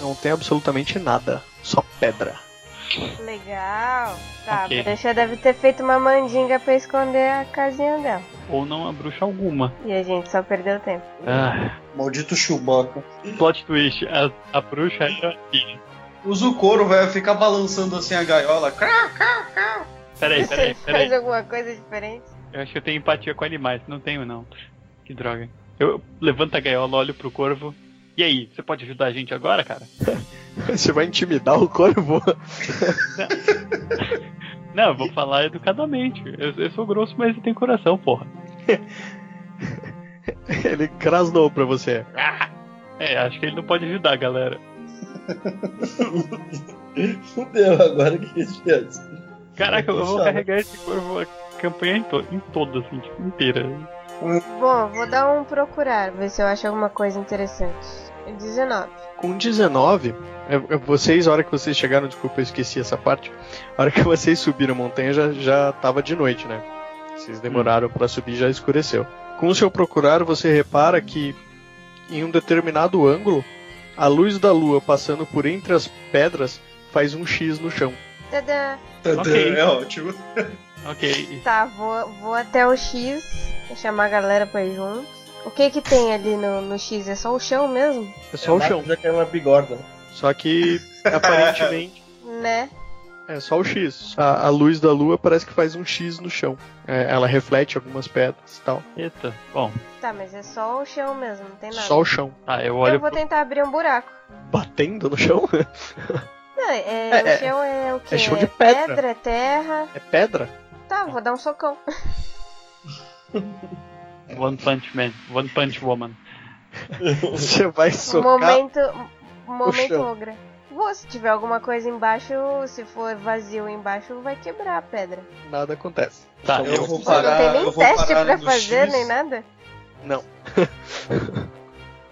Speaker 3: Não tem absolutamente nada, só pedra. [LAUGHS]
Speaker 2: Legal. Tá,
Speaker 4: Ok.
Speaker 2: a bruxa deve ter feito uma mandinga pra esconder a casinha dela.
Speaker 4: Ou não a bruxa alguma.
Speaker 2: E a gente só perdeu tempo.
Speaker 4: Ah,
Speaker 5: Maldito Chewbacca.
Speaker 4: plot twist. A, a bruxa era assim.
Speaker 5: Usa o couro, velho, fica balançando assim a [LAUGHS] gaiola.
Speaker 4: Peraí,
Speaker 2: [LAUGHS]
Speaker 4: peraí,
Speaker 2: Você
Speaker 4: peraí.
Speaker 2: faz alguma coisa diferente?
Speaker 4: Eu acho que eu tenho empatia com animais. Não tenho, não. Que droga. Eu levanto a gaiola, olho pro corvo. E aí, você pode ajudar a gente agora, cara?
Speaker 3: Você vai intimidar o corvo? [LAUGHS]
Speaker 4: Não, eu vou falar educadamente. Eu, eu sou grosso, mas eu tenho coração, porra.
Speaker 3: Ele crasnou pra você.
Speaker 4: É, acho que ele não pode ajudar, galera.
Speaker 6: Fudeu agora que gente.
Speaker 4: Caraca, eu vou
Speaker 6: Puxa,
Speaker 4: carregar esse corvo a campanha em, to em toda, assim, tipo, inteira.
Speaker 2: Bom, vou dar um procurar, ver se eu acho alguma coisa interessante. 19.
Speaker 3: Com 19, é- é vocês, a hora que vocês chegaram, desculpa, eu esqueci essa parte. A hora que [LAUGHS] vocês subiram a montanha já, já tava de noite, né? Vocês demoraram pra subir já escureceu. Com o seu procurar, você repara que em um determinado ângulo, a luz da lua passando por entre as pedras faz um X no chão.
Speaker 2: Tadã!
Speaker 4: Ok. Tá
Speaker 5: É ótimo.
Speaker 4: Ok,
Speaker 2: Tá, vou, vou até o X, vou chamar a galera pra ir junto. O que que tem ali no, no X? É só o chão mesmo?
Speaker 3: É só o chão.
Speaker 6: Já caiu uma bigorna.
Speaker 3: Só
Speaker 2: [LAUGHS]
Speaker 3: que aparentemente
Speaker 2: Né?
Speaker 3: é só o X. A, a luz da lua parece que faz um X no chão. É, ela reflete algumas pedras e tal.
Speaker 4: eita. Bom,
Speaker 2: Tá, mas é só o chão mesmo, não tem nada.
Speaker 3: Só o chão.
Speaker 4: tá, eu
Speaker 2: Eu
Speaker 4: olho
Speaker 2: vou
Speaker 4: pro...
Speaker 2: tentar abrir um buraco.
Speaker 3: Batendo no chão? [LAUGHS]
Speaker 2: Não, é,
Speaker 3: É,
Speaker 2: o chão é o quê?
Speaker 3: chão de pedra.
Speaker 2: pedra, é terra.
Speaker 3: É [LAUGHS] pedra?
Speaker 2: Tá, vou dar um socão.
Speaker 4: One Punch Man, One Punch Woman.
Speaker 3: Você vai socar.
Speaker 2: Momento. um Momento
Speaker 3: Um chão.
Speaker 2: ogra. Vou, se tiver alguma coisa embaixo, se for vazio embaixo, vai quebrar a pedra.
Speaker 3: Nada acontece.
Speaker 4: Tá,
Speaker 5: Eu
Speaker 4: eu,
Speaker 5: vou
Speaker 2: Mas não tem
Speaker 5: parar. eu
Speaker 2: nem
Speaker 5: vou
Speaker 2: teste
Speaker 5: parar
Speaker 2: pra
Speaker 5: no
Speaker 2: fazer,
Speaker 5: X.
Speaker 2: nem nada.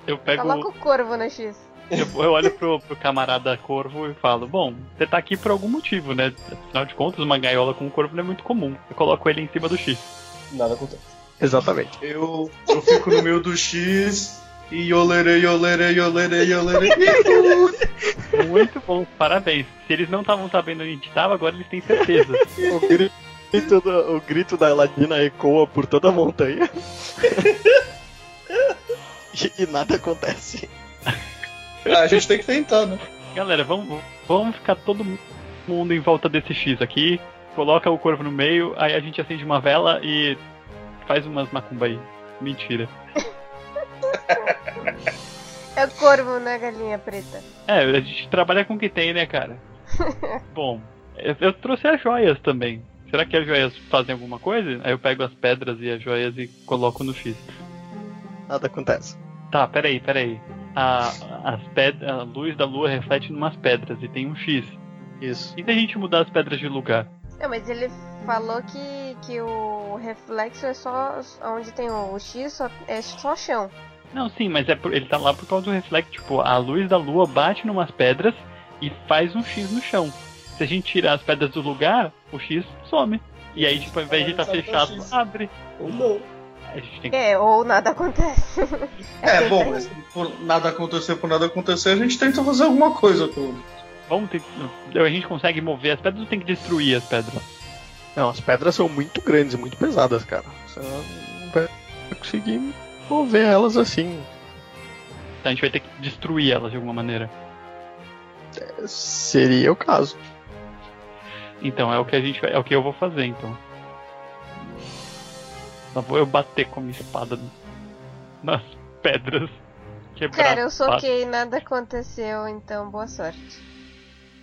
Speaker 4: eu pego...
Speaker 2: Coloca o corvo no X.
Speaker 4: Eu, eu olho pro, pro camarada corvo e falo, bom, você tá aqui por algum motivo, né? Afinal de contas, uma gaiola com um corvo não é muito comum. Eu coloco ele em cima do X.
Speaker 6: Nada acontece.
Speaker 3: Exatamente.
Speaker 5: Eu, eu fico no meio do X e olerei, olerei, olerei, olerei.
Speaker 4: Muito bom, parabéns. Se eles não estavam sabendo onde a gente tava, agora eles têm certeza.
Speaker 3: O grito, da- o grito da Eladina ecoa por toda a montanha. [LAUGHS] e, e nada acontece.
Speaker 5: [LAUGHS] Ah, a gente tem que tentar, né?
Speaker 4: Galera, vamos, vamos ficar todo mundo em volta desse X aqui. Coloca o corvo no meio, aí a gente acende uma vela e faz umas macumba aí. Mentira.
Speaker 2: É o corvo, né, galinha preta?
Speaker 4: É, a gente trabalha com o que tem, né, cara? Bom, eu, eu trouxe as joias também. Será que as joias fazem alguma coisa? Aí eu pego as pedras e as joias e coloco no X.
Speaker 3: Nada acontece.
Speaker 4: Tá, peraí, peraí. A, as ped a luz da lua reflete em umas pedras e tem um X.
Speaker 3: Isso.
Speaker 4: E se a gente mudar as pedras de lugar?
Speaker 2: Não, mas ele falou que, que o reflexo é só. Onde tem o X só, é só chão.
Speaker 4: Não, sim, mas é por- ele tá lá por causa do reflexo. Tipo, a luz da lua bate numas pedras e faz um X no chão. Se a gente tirar as pedras do lugar, o X some. E aí, tipo, ao invés de estar fechado, abre.
Speaker 6: Ou não.
Speaker 4: A gente tem que...
Speaker 2: É, ou nada [LAUGHS] acontece. Assim, né?
Speaker 5: É,
Speaker 2: porque
Speaker 5: bom,
Speaker 2: tem-
Speaker 5: mas por nada acontecer, por nada acontecer, a gente tenta fazer alguma coisa com
Speaker 4: Vamos ter que... A gente consegue mover as pedras ou tem que destruir as pedras?
Speaker 3: Não, as pedras são muito grandes, e muito pesadas, cara. Você não vai conseguir mover elas assim.
Speaker 4: Então a gente vai ter que destruir elas de alguma maneira.
Speaker 3: Seria o caso.
Speaker 4: Então é o que a gente vai- é o que eu vou fazer então. Só vou eu bater com a minha espada nas pedras. Quebrar
Speaker 2: Cara, eu
Speaker 4: as pedras.
Speaker 2: soquei, nada aconteceu, então boa sorte.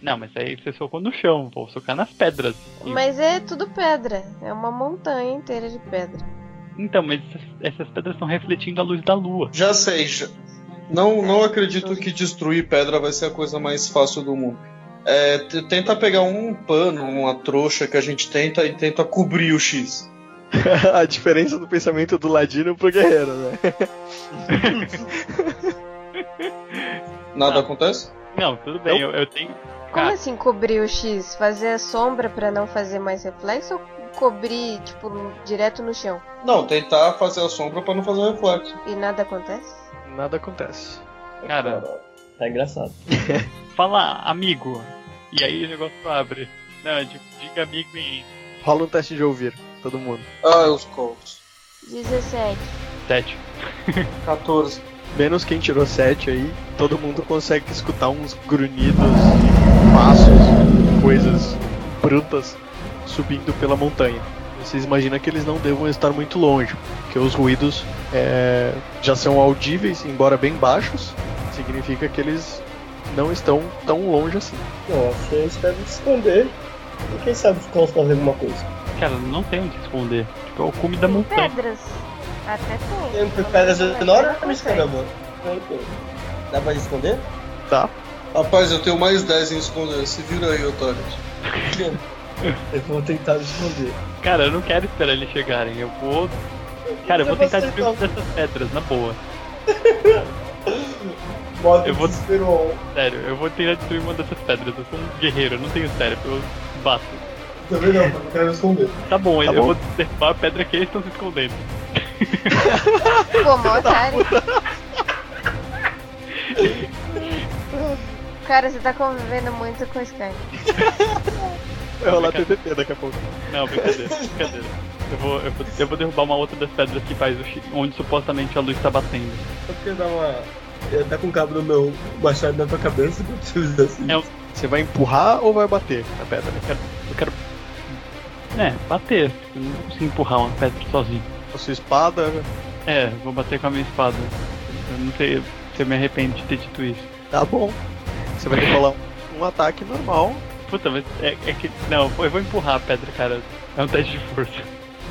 Speaker 4: Não, mas aí você socou no chão, vou socar nas pedras. E-
Speaker 2: Mas é tudo pedra. É uma montanha inteira de pedra.
Speaker 4: Então, mas essas, essas pedras estão refletindo a luz da lua.
Speaker 5: Já sei, já- não, não acredito que destruir pedra vai ser a coisa mais fácil do mundo. É, t- tenta pegar um pano, uma trouxa que a gente tenta e tenta cobrir o X.
Speaker 3: [LAUGHS] a diferença do pensamento do ladino pro guerreiro, né?
Speaker 5: Nada
Speaker 2: Tá.
Speaker 4: Ah.
Speaker 5: acontece?
Speaker 4: Não, tudo bem, eu, eu tenho.
Speaker 2: Como
Speaker 4: Cara.
Speaker 2: assim cobrir o X? Fazer a sombra pra não fazer mais reflexo ou cobrir, tipo, no- direto no chão?
Speaker 5: Não, tentar fazer a sombra pra não fazer reflexo.
Speaker 2: E nada acontece?
Speaker 3: Nada acontece.
Speaker 4: Cara,
Speaker 6: Tá engraçado.
Speaker 4: [LAUGHS] fala amigo. E aí o negócio abre. Não, di- diga amigo em
Speaker 3: Rola um teste de ouvir, todo mundo.
Speaker 5: Ah, os Colts.
Speaker 2: 17.
Speaker 4: 7.
Speaker 5: 14.
Speaker 3: Menos quem tirou 7 aí, todo mundo consegue escutar uns grunhidos e passos, coisas brutas subindo pela montanha. Vocês imaginam que eles não devam estar muito longe, porque os ruídos é, já são audíveis, embora bem baixos, significa que eles não estão tão longe assim.
Speaker 6: Nossa, eles devem se esconder. E quem sabe os cães fazem alguma coisa?
Speaker 4: Cara, não tem onde esconder. Tipo, é o cume da
Speaker 2: Tem
Speaker 4: montanha.
Speaker 2: pedras. Até tem.
Speaker 6: Tem pedras
Speaker 2: Mas
Speaker 6: enormes,
Speaker 2: não consegue.
Speaker 6: caramba. Não tem. Dá pra esconder?
Speaker 3: Tá?
Speaker 5: Rapaz, eu tenho mais 10 em esconder. Se vira aí, otário.
Speaker 6: Eu vou tentar me esconder.
Speaker 4: Cara, eu não quero esperar eles chegarem. Eu vou. Cara, eu vou tentar destruir uma dessas pedras, na boa.
Speaker 6: Modo
Speaker 4: Eu vou-
Speaker 6: desespero on.
Speaker 4: Sério, eu vou tentar destruir uma dessas pedras. Eu sou um guerreiro, eu não tenho cérebro, eu bato.
Speaker 6: Também não, eu quero esconder.
Speaker 4: Tá bom, eu
Speaker 3: bom.
Speaker 4: vou derrubar a pedra que eles estão se escondendo.
Speaker 2: Pô, mó otário.
Speaker 4: [LAUGHS]
Speaker 2: Cara, você tá convivendo muito com o Sky.
Speaker 3: Vai rolar TPP daqui a pouco.
Speaker 4: Não, brincadeira, brincadeira. Eu vou, eu, vou, eu vou derrubar uma outra das pedras que faz o chi- onde supostamente a luz tá batendo.
Speaker 6: Eu quero dar uma. Eu tá com o cabo no meu machado na tua cabeça, não precisa assim.
Speaker 4: É.
Speaker 3: Você vai empurrar ou vai bater na pedra?
Speaker 4: Eu quero. É, bater. Eu não consigo empurrar uma pedra sozinho.
Speaker 3: A sua espada,
Speaker 4: É, vou bater com a minha espada. Eu não sei se eu me arrependo de ter dito isso.
Speaker 3: tá bom. Você vai rolar um ataque normal
Speaker 4: Puta, mas é, é que. Não, eu vou empurrar a pedra, cara. É um teste de força.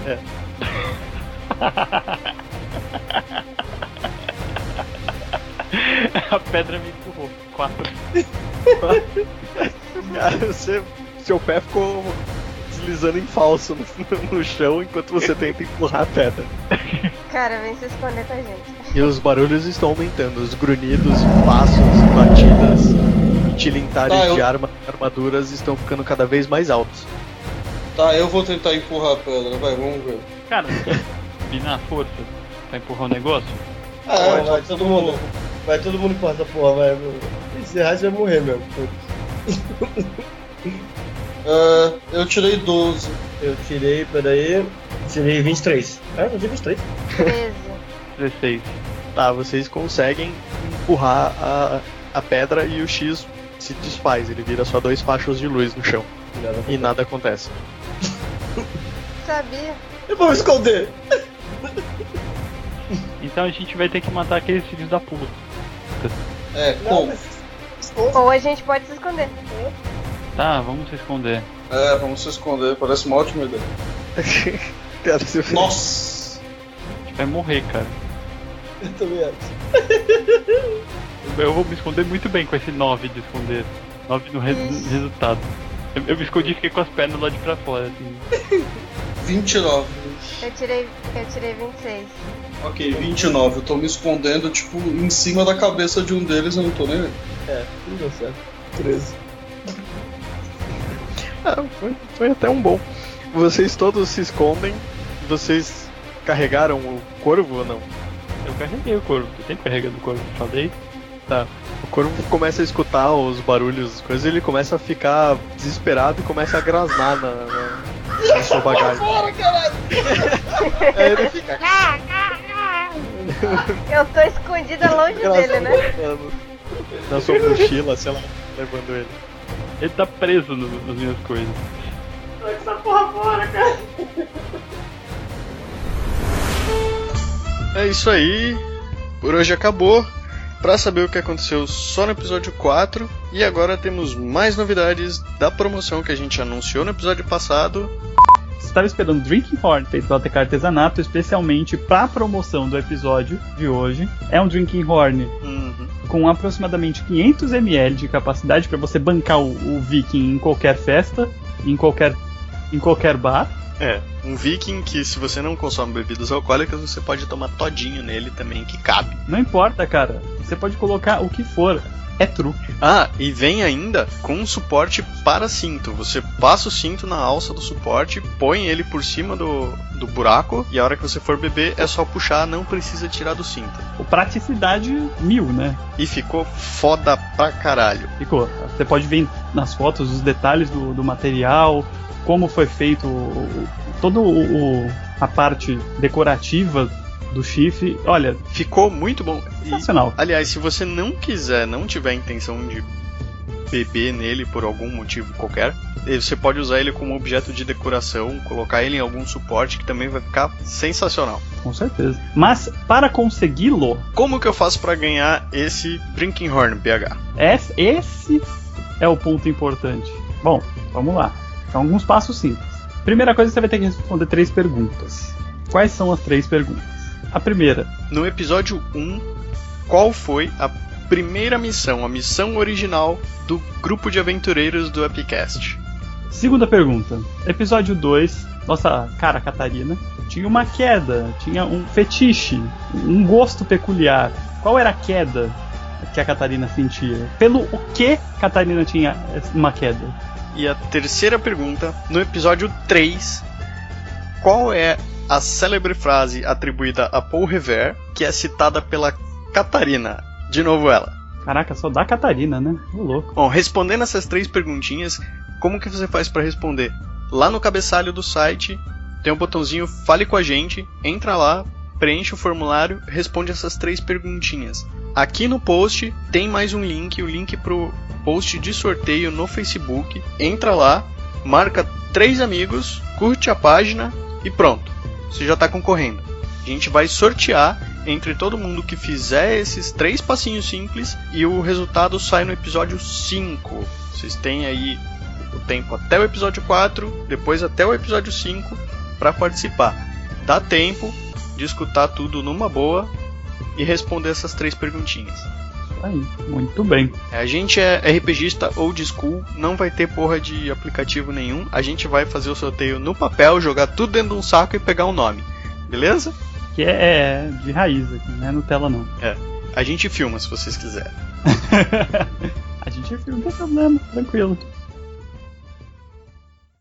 Speaker 3: É.
Speaker 4: [LAUGHS] a pedra me empurrou. Quatro.
Speaker 3: Cara, [LAUGHS] você, seu pé ficou deslizando em falso no, no chão enquanto você tenta empurrar a pedra.
Speaker 2: Cara, vem se esconder com a gente.
Speaker 3: E os barulhos estão aumentando, os grunhidos, passos, batidas e tilintares
Speaker 5: Tá, eu-
Speaker 3: de arma, armaduras estão ficando cada vez mais altos.
Speaker 5: Tá, eu vou tentar empurrar a pedra, vai, vamos ver.
Speaker 4: Cara, combinar a força pra empurrar o negócio?
Speaker 5: Ah,
Speaker 6: vai, vai todo mundo. Vai todo mundo com essa porra, vai. Esse rádio vai morrer mesmo.
Speaker 1: Ah,
Speaker 5: é, eu tirei 12.
Speaker 6: Eu tirei, peraí. Tirei 23. Ah, eu tirei 23.
Speaker 2: 13.
Speaker 4: 16.
Speaker 3: Tá, vocês conseguem empurrar a, a pedra e o X se desfaz, ele vira só dois fachos de luz no chão e nada acontece.
Speaker 2: Sabia?
Speaker 6: Eu vou me esconder!
Speaker 4: Então a gente vai ter que matar aqueles filhos da puta.
Speaker 7: porta?
Speaker 1: É,
Speaker 6: Não,
Speaker 1: como?
Speaker 6: mas esconde.
Speaker 2: Ou a gente pode se esconder.
Speaker 7: Tá, vamos se esconder.
Speaker 1: É, vamos se esconder, parece uma ótima ideia.
Speaker 3: Cara, se eu-
Speaker 1: Nossa!
Speaker 7: A gente vai morrer, cara.
Speaker 6: Eu também acho.
Speaker 7: Eu vou me esconder muito bem com esse 9 de esconder. 9 no res-
Speaker 2: Isso.
Speaker 7: resultado. Eu, eu me escondi e fiquei com as pernas lá de pra fora, assim.
Speaker 1: 29.
Speaker 2: Eu tirei, eu tirei 26.
Speaker 1: Ok, 29. Eu tô me escondendo, tipo, em cima da cabeça de um deles, eu não tô nem aí.
Speaker 6: É, não deu certo. 13.
Speaker 3: [LAUGHS] Ah, foi, foi até um bom. Vocês todos se escondem. Vocês carregaram o corvo ou não?
Speaker 7: Eu carreguei o corpo, eu sempre carregando o corpo, falei.
Speaker 3: O corvo começa a escutar os barulhos, as coisas, e ele começa a ficar desesperado e começa a grasnar na, na, na sua bagagem. [LAUGHS] É, Aí ele fica
Speaker 2: Eu tô escondida longe dele, né?
Speaker 3: grasnando na sua mochila, sei lá, levando ele.
Speaker 7: Ele tá preso no- nas minhas coisas.
Speaker 3: É isso aí. Por hoje acabou. Pra saber o que aconteceu só no episódio 4. E agora temos mais novidades da promoção que a gente anunciou no episódio passado.
Speaker 4: Você estava esperando Drinking Horn feito pela TK Artesanato, especialmente para a promoção do episódio de hoje. É um Drinking Horn com aproximadamente 500 ml de capacidade para você bancar o, o Viking em qualquer festa, em qualquer, em qualquer bar.
Speaker 3: É, um viking que se você não consome bebidas alcoólicas, você pode tomar todinho nele também, que cabe.
Speaker 4: Não importa, cara. Você pode colocar o que for. É truque.
Speaker 3: Ah, e vem ainda com um suporte para cinto. Você passa o cinto na alça do suporte, põe ele por cima do, do buraco, e a hora que você for beber é só puxar, não precisa tirar do cinto.
Speaker 4: O Praticidade mil, né?
Speaker 3: E ficou foda pra caralho.
Speaker 4: Ficou. Você pode ver nas fotos os detalhes do, do material, como foi feito o- o- todo o, o- a parte decorativa do chifre. Olha,
Speaker 3: Ficou muito bom. E,
Speaker 4: sensacional.
Speaker 3: aliás, se você não quiser, não tiver intenção de beber nele por algum motivo qualquer, eh, você pode usar ele como objeto de decoração, colocar ele em algum suporte que também vai ficar sensacional.
Speaker 4: Com certeza. Mas para consegui-lo,
Speaker 3: Como que eu faço pra ganhar esse Drinking Horn PH?
Speaker 4: es- esse é o ponto importante. Bom, vamos lá. São alguns passos simples. Primeira coisa, você vai ter que responder três perguntas. Quais são as três perguntas? A primeira,
Speaker 3: No episódio 1, qual foi a primeira missão, a missão original do grupo de aventureiros do Epicast?
Speaker 4: Segunda pergunta. Episódio 2, nossa cara Catarina tinha uma queda, tinha um fetiche, um gosto peculiar. Qual era a queda que a Catarina sentia? Pelo o que Catarina tinha uma queda?
Speaker 3: E a terceira pergunta, no episódio 3, qual é a célebre frase atribuída a Paul Revere que é citada pela Catarina? De novo ela.
Speaker 4: Caraca, só da Catarina, né? Ô louco.
Speaker 3: Bom, respondendo essas três perguntinhas, como que você faz para responder? Lá no cabeçalho do site tem um botãozinho Fale com a gente, entra lá, preenche o formulário, responde essas três perguntinhas. Aqui no post tem mais um link, o link pro post de sorteio no Facebook. Entra lá, marca três amigos, curte a página e pronto. Você já está concorrendo. A gente vai sortear entre todo mundo que fizer esses três passinhos simples e o resultado sai no episódio 5. Vocês têm aí o tempo até o episódio 4, depois até o episódio 5 para participar. Dá tempo de escutar tudo numa boa e responder essas três perguntinhas.
Speaker 4: Isso Aí, muito bem.
Speaker 3: A gente é RPGista old school, não vai ter porra de aplicativo nenhum. A gente vai fazer o sorteio no papel, jogar tudo dentro de um saco e pegar um nome. Beleza?
Speaker 4: Que é, é de raiz aqui, não é Nutella não.
Speaker 3: A gente filma se vocês quiserem.
Speaker 4: [LAUGHS] a gente não tem problema, um tranquilo.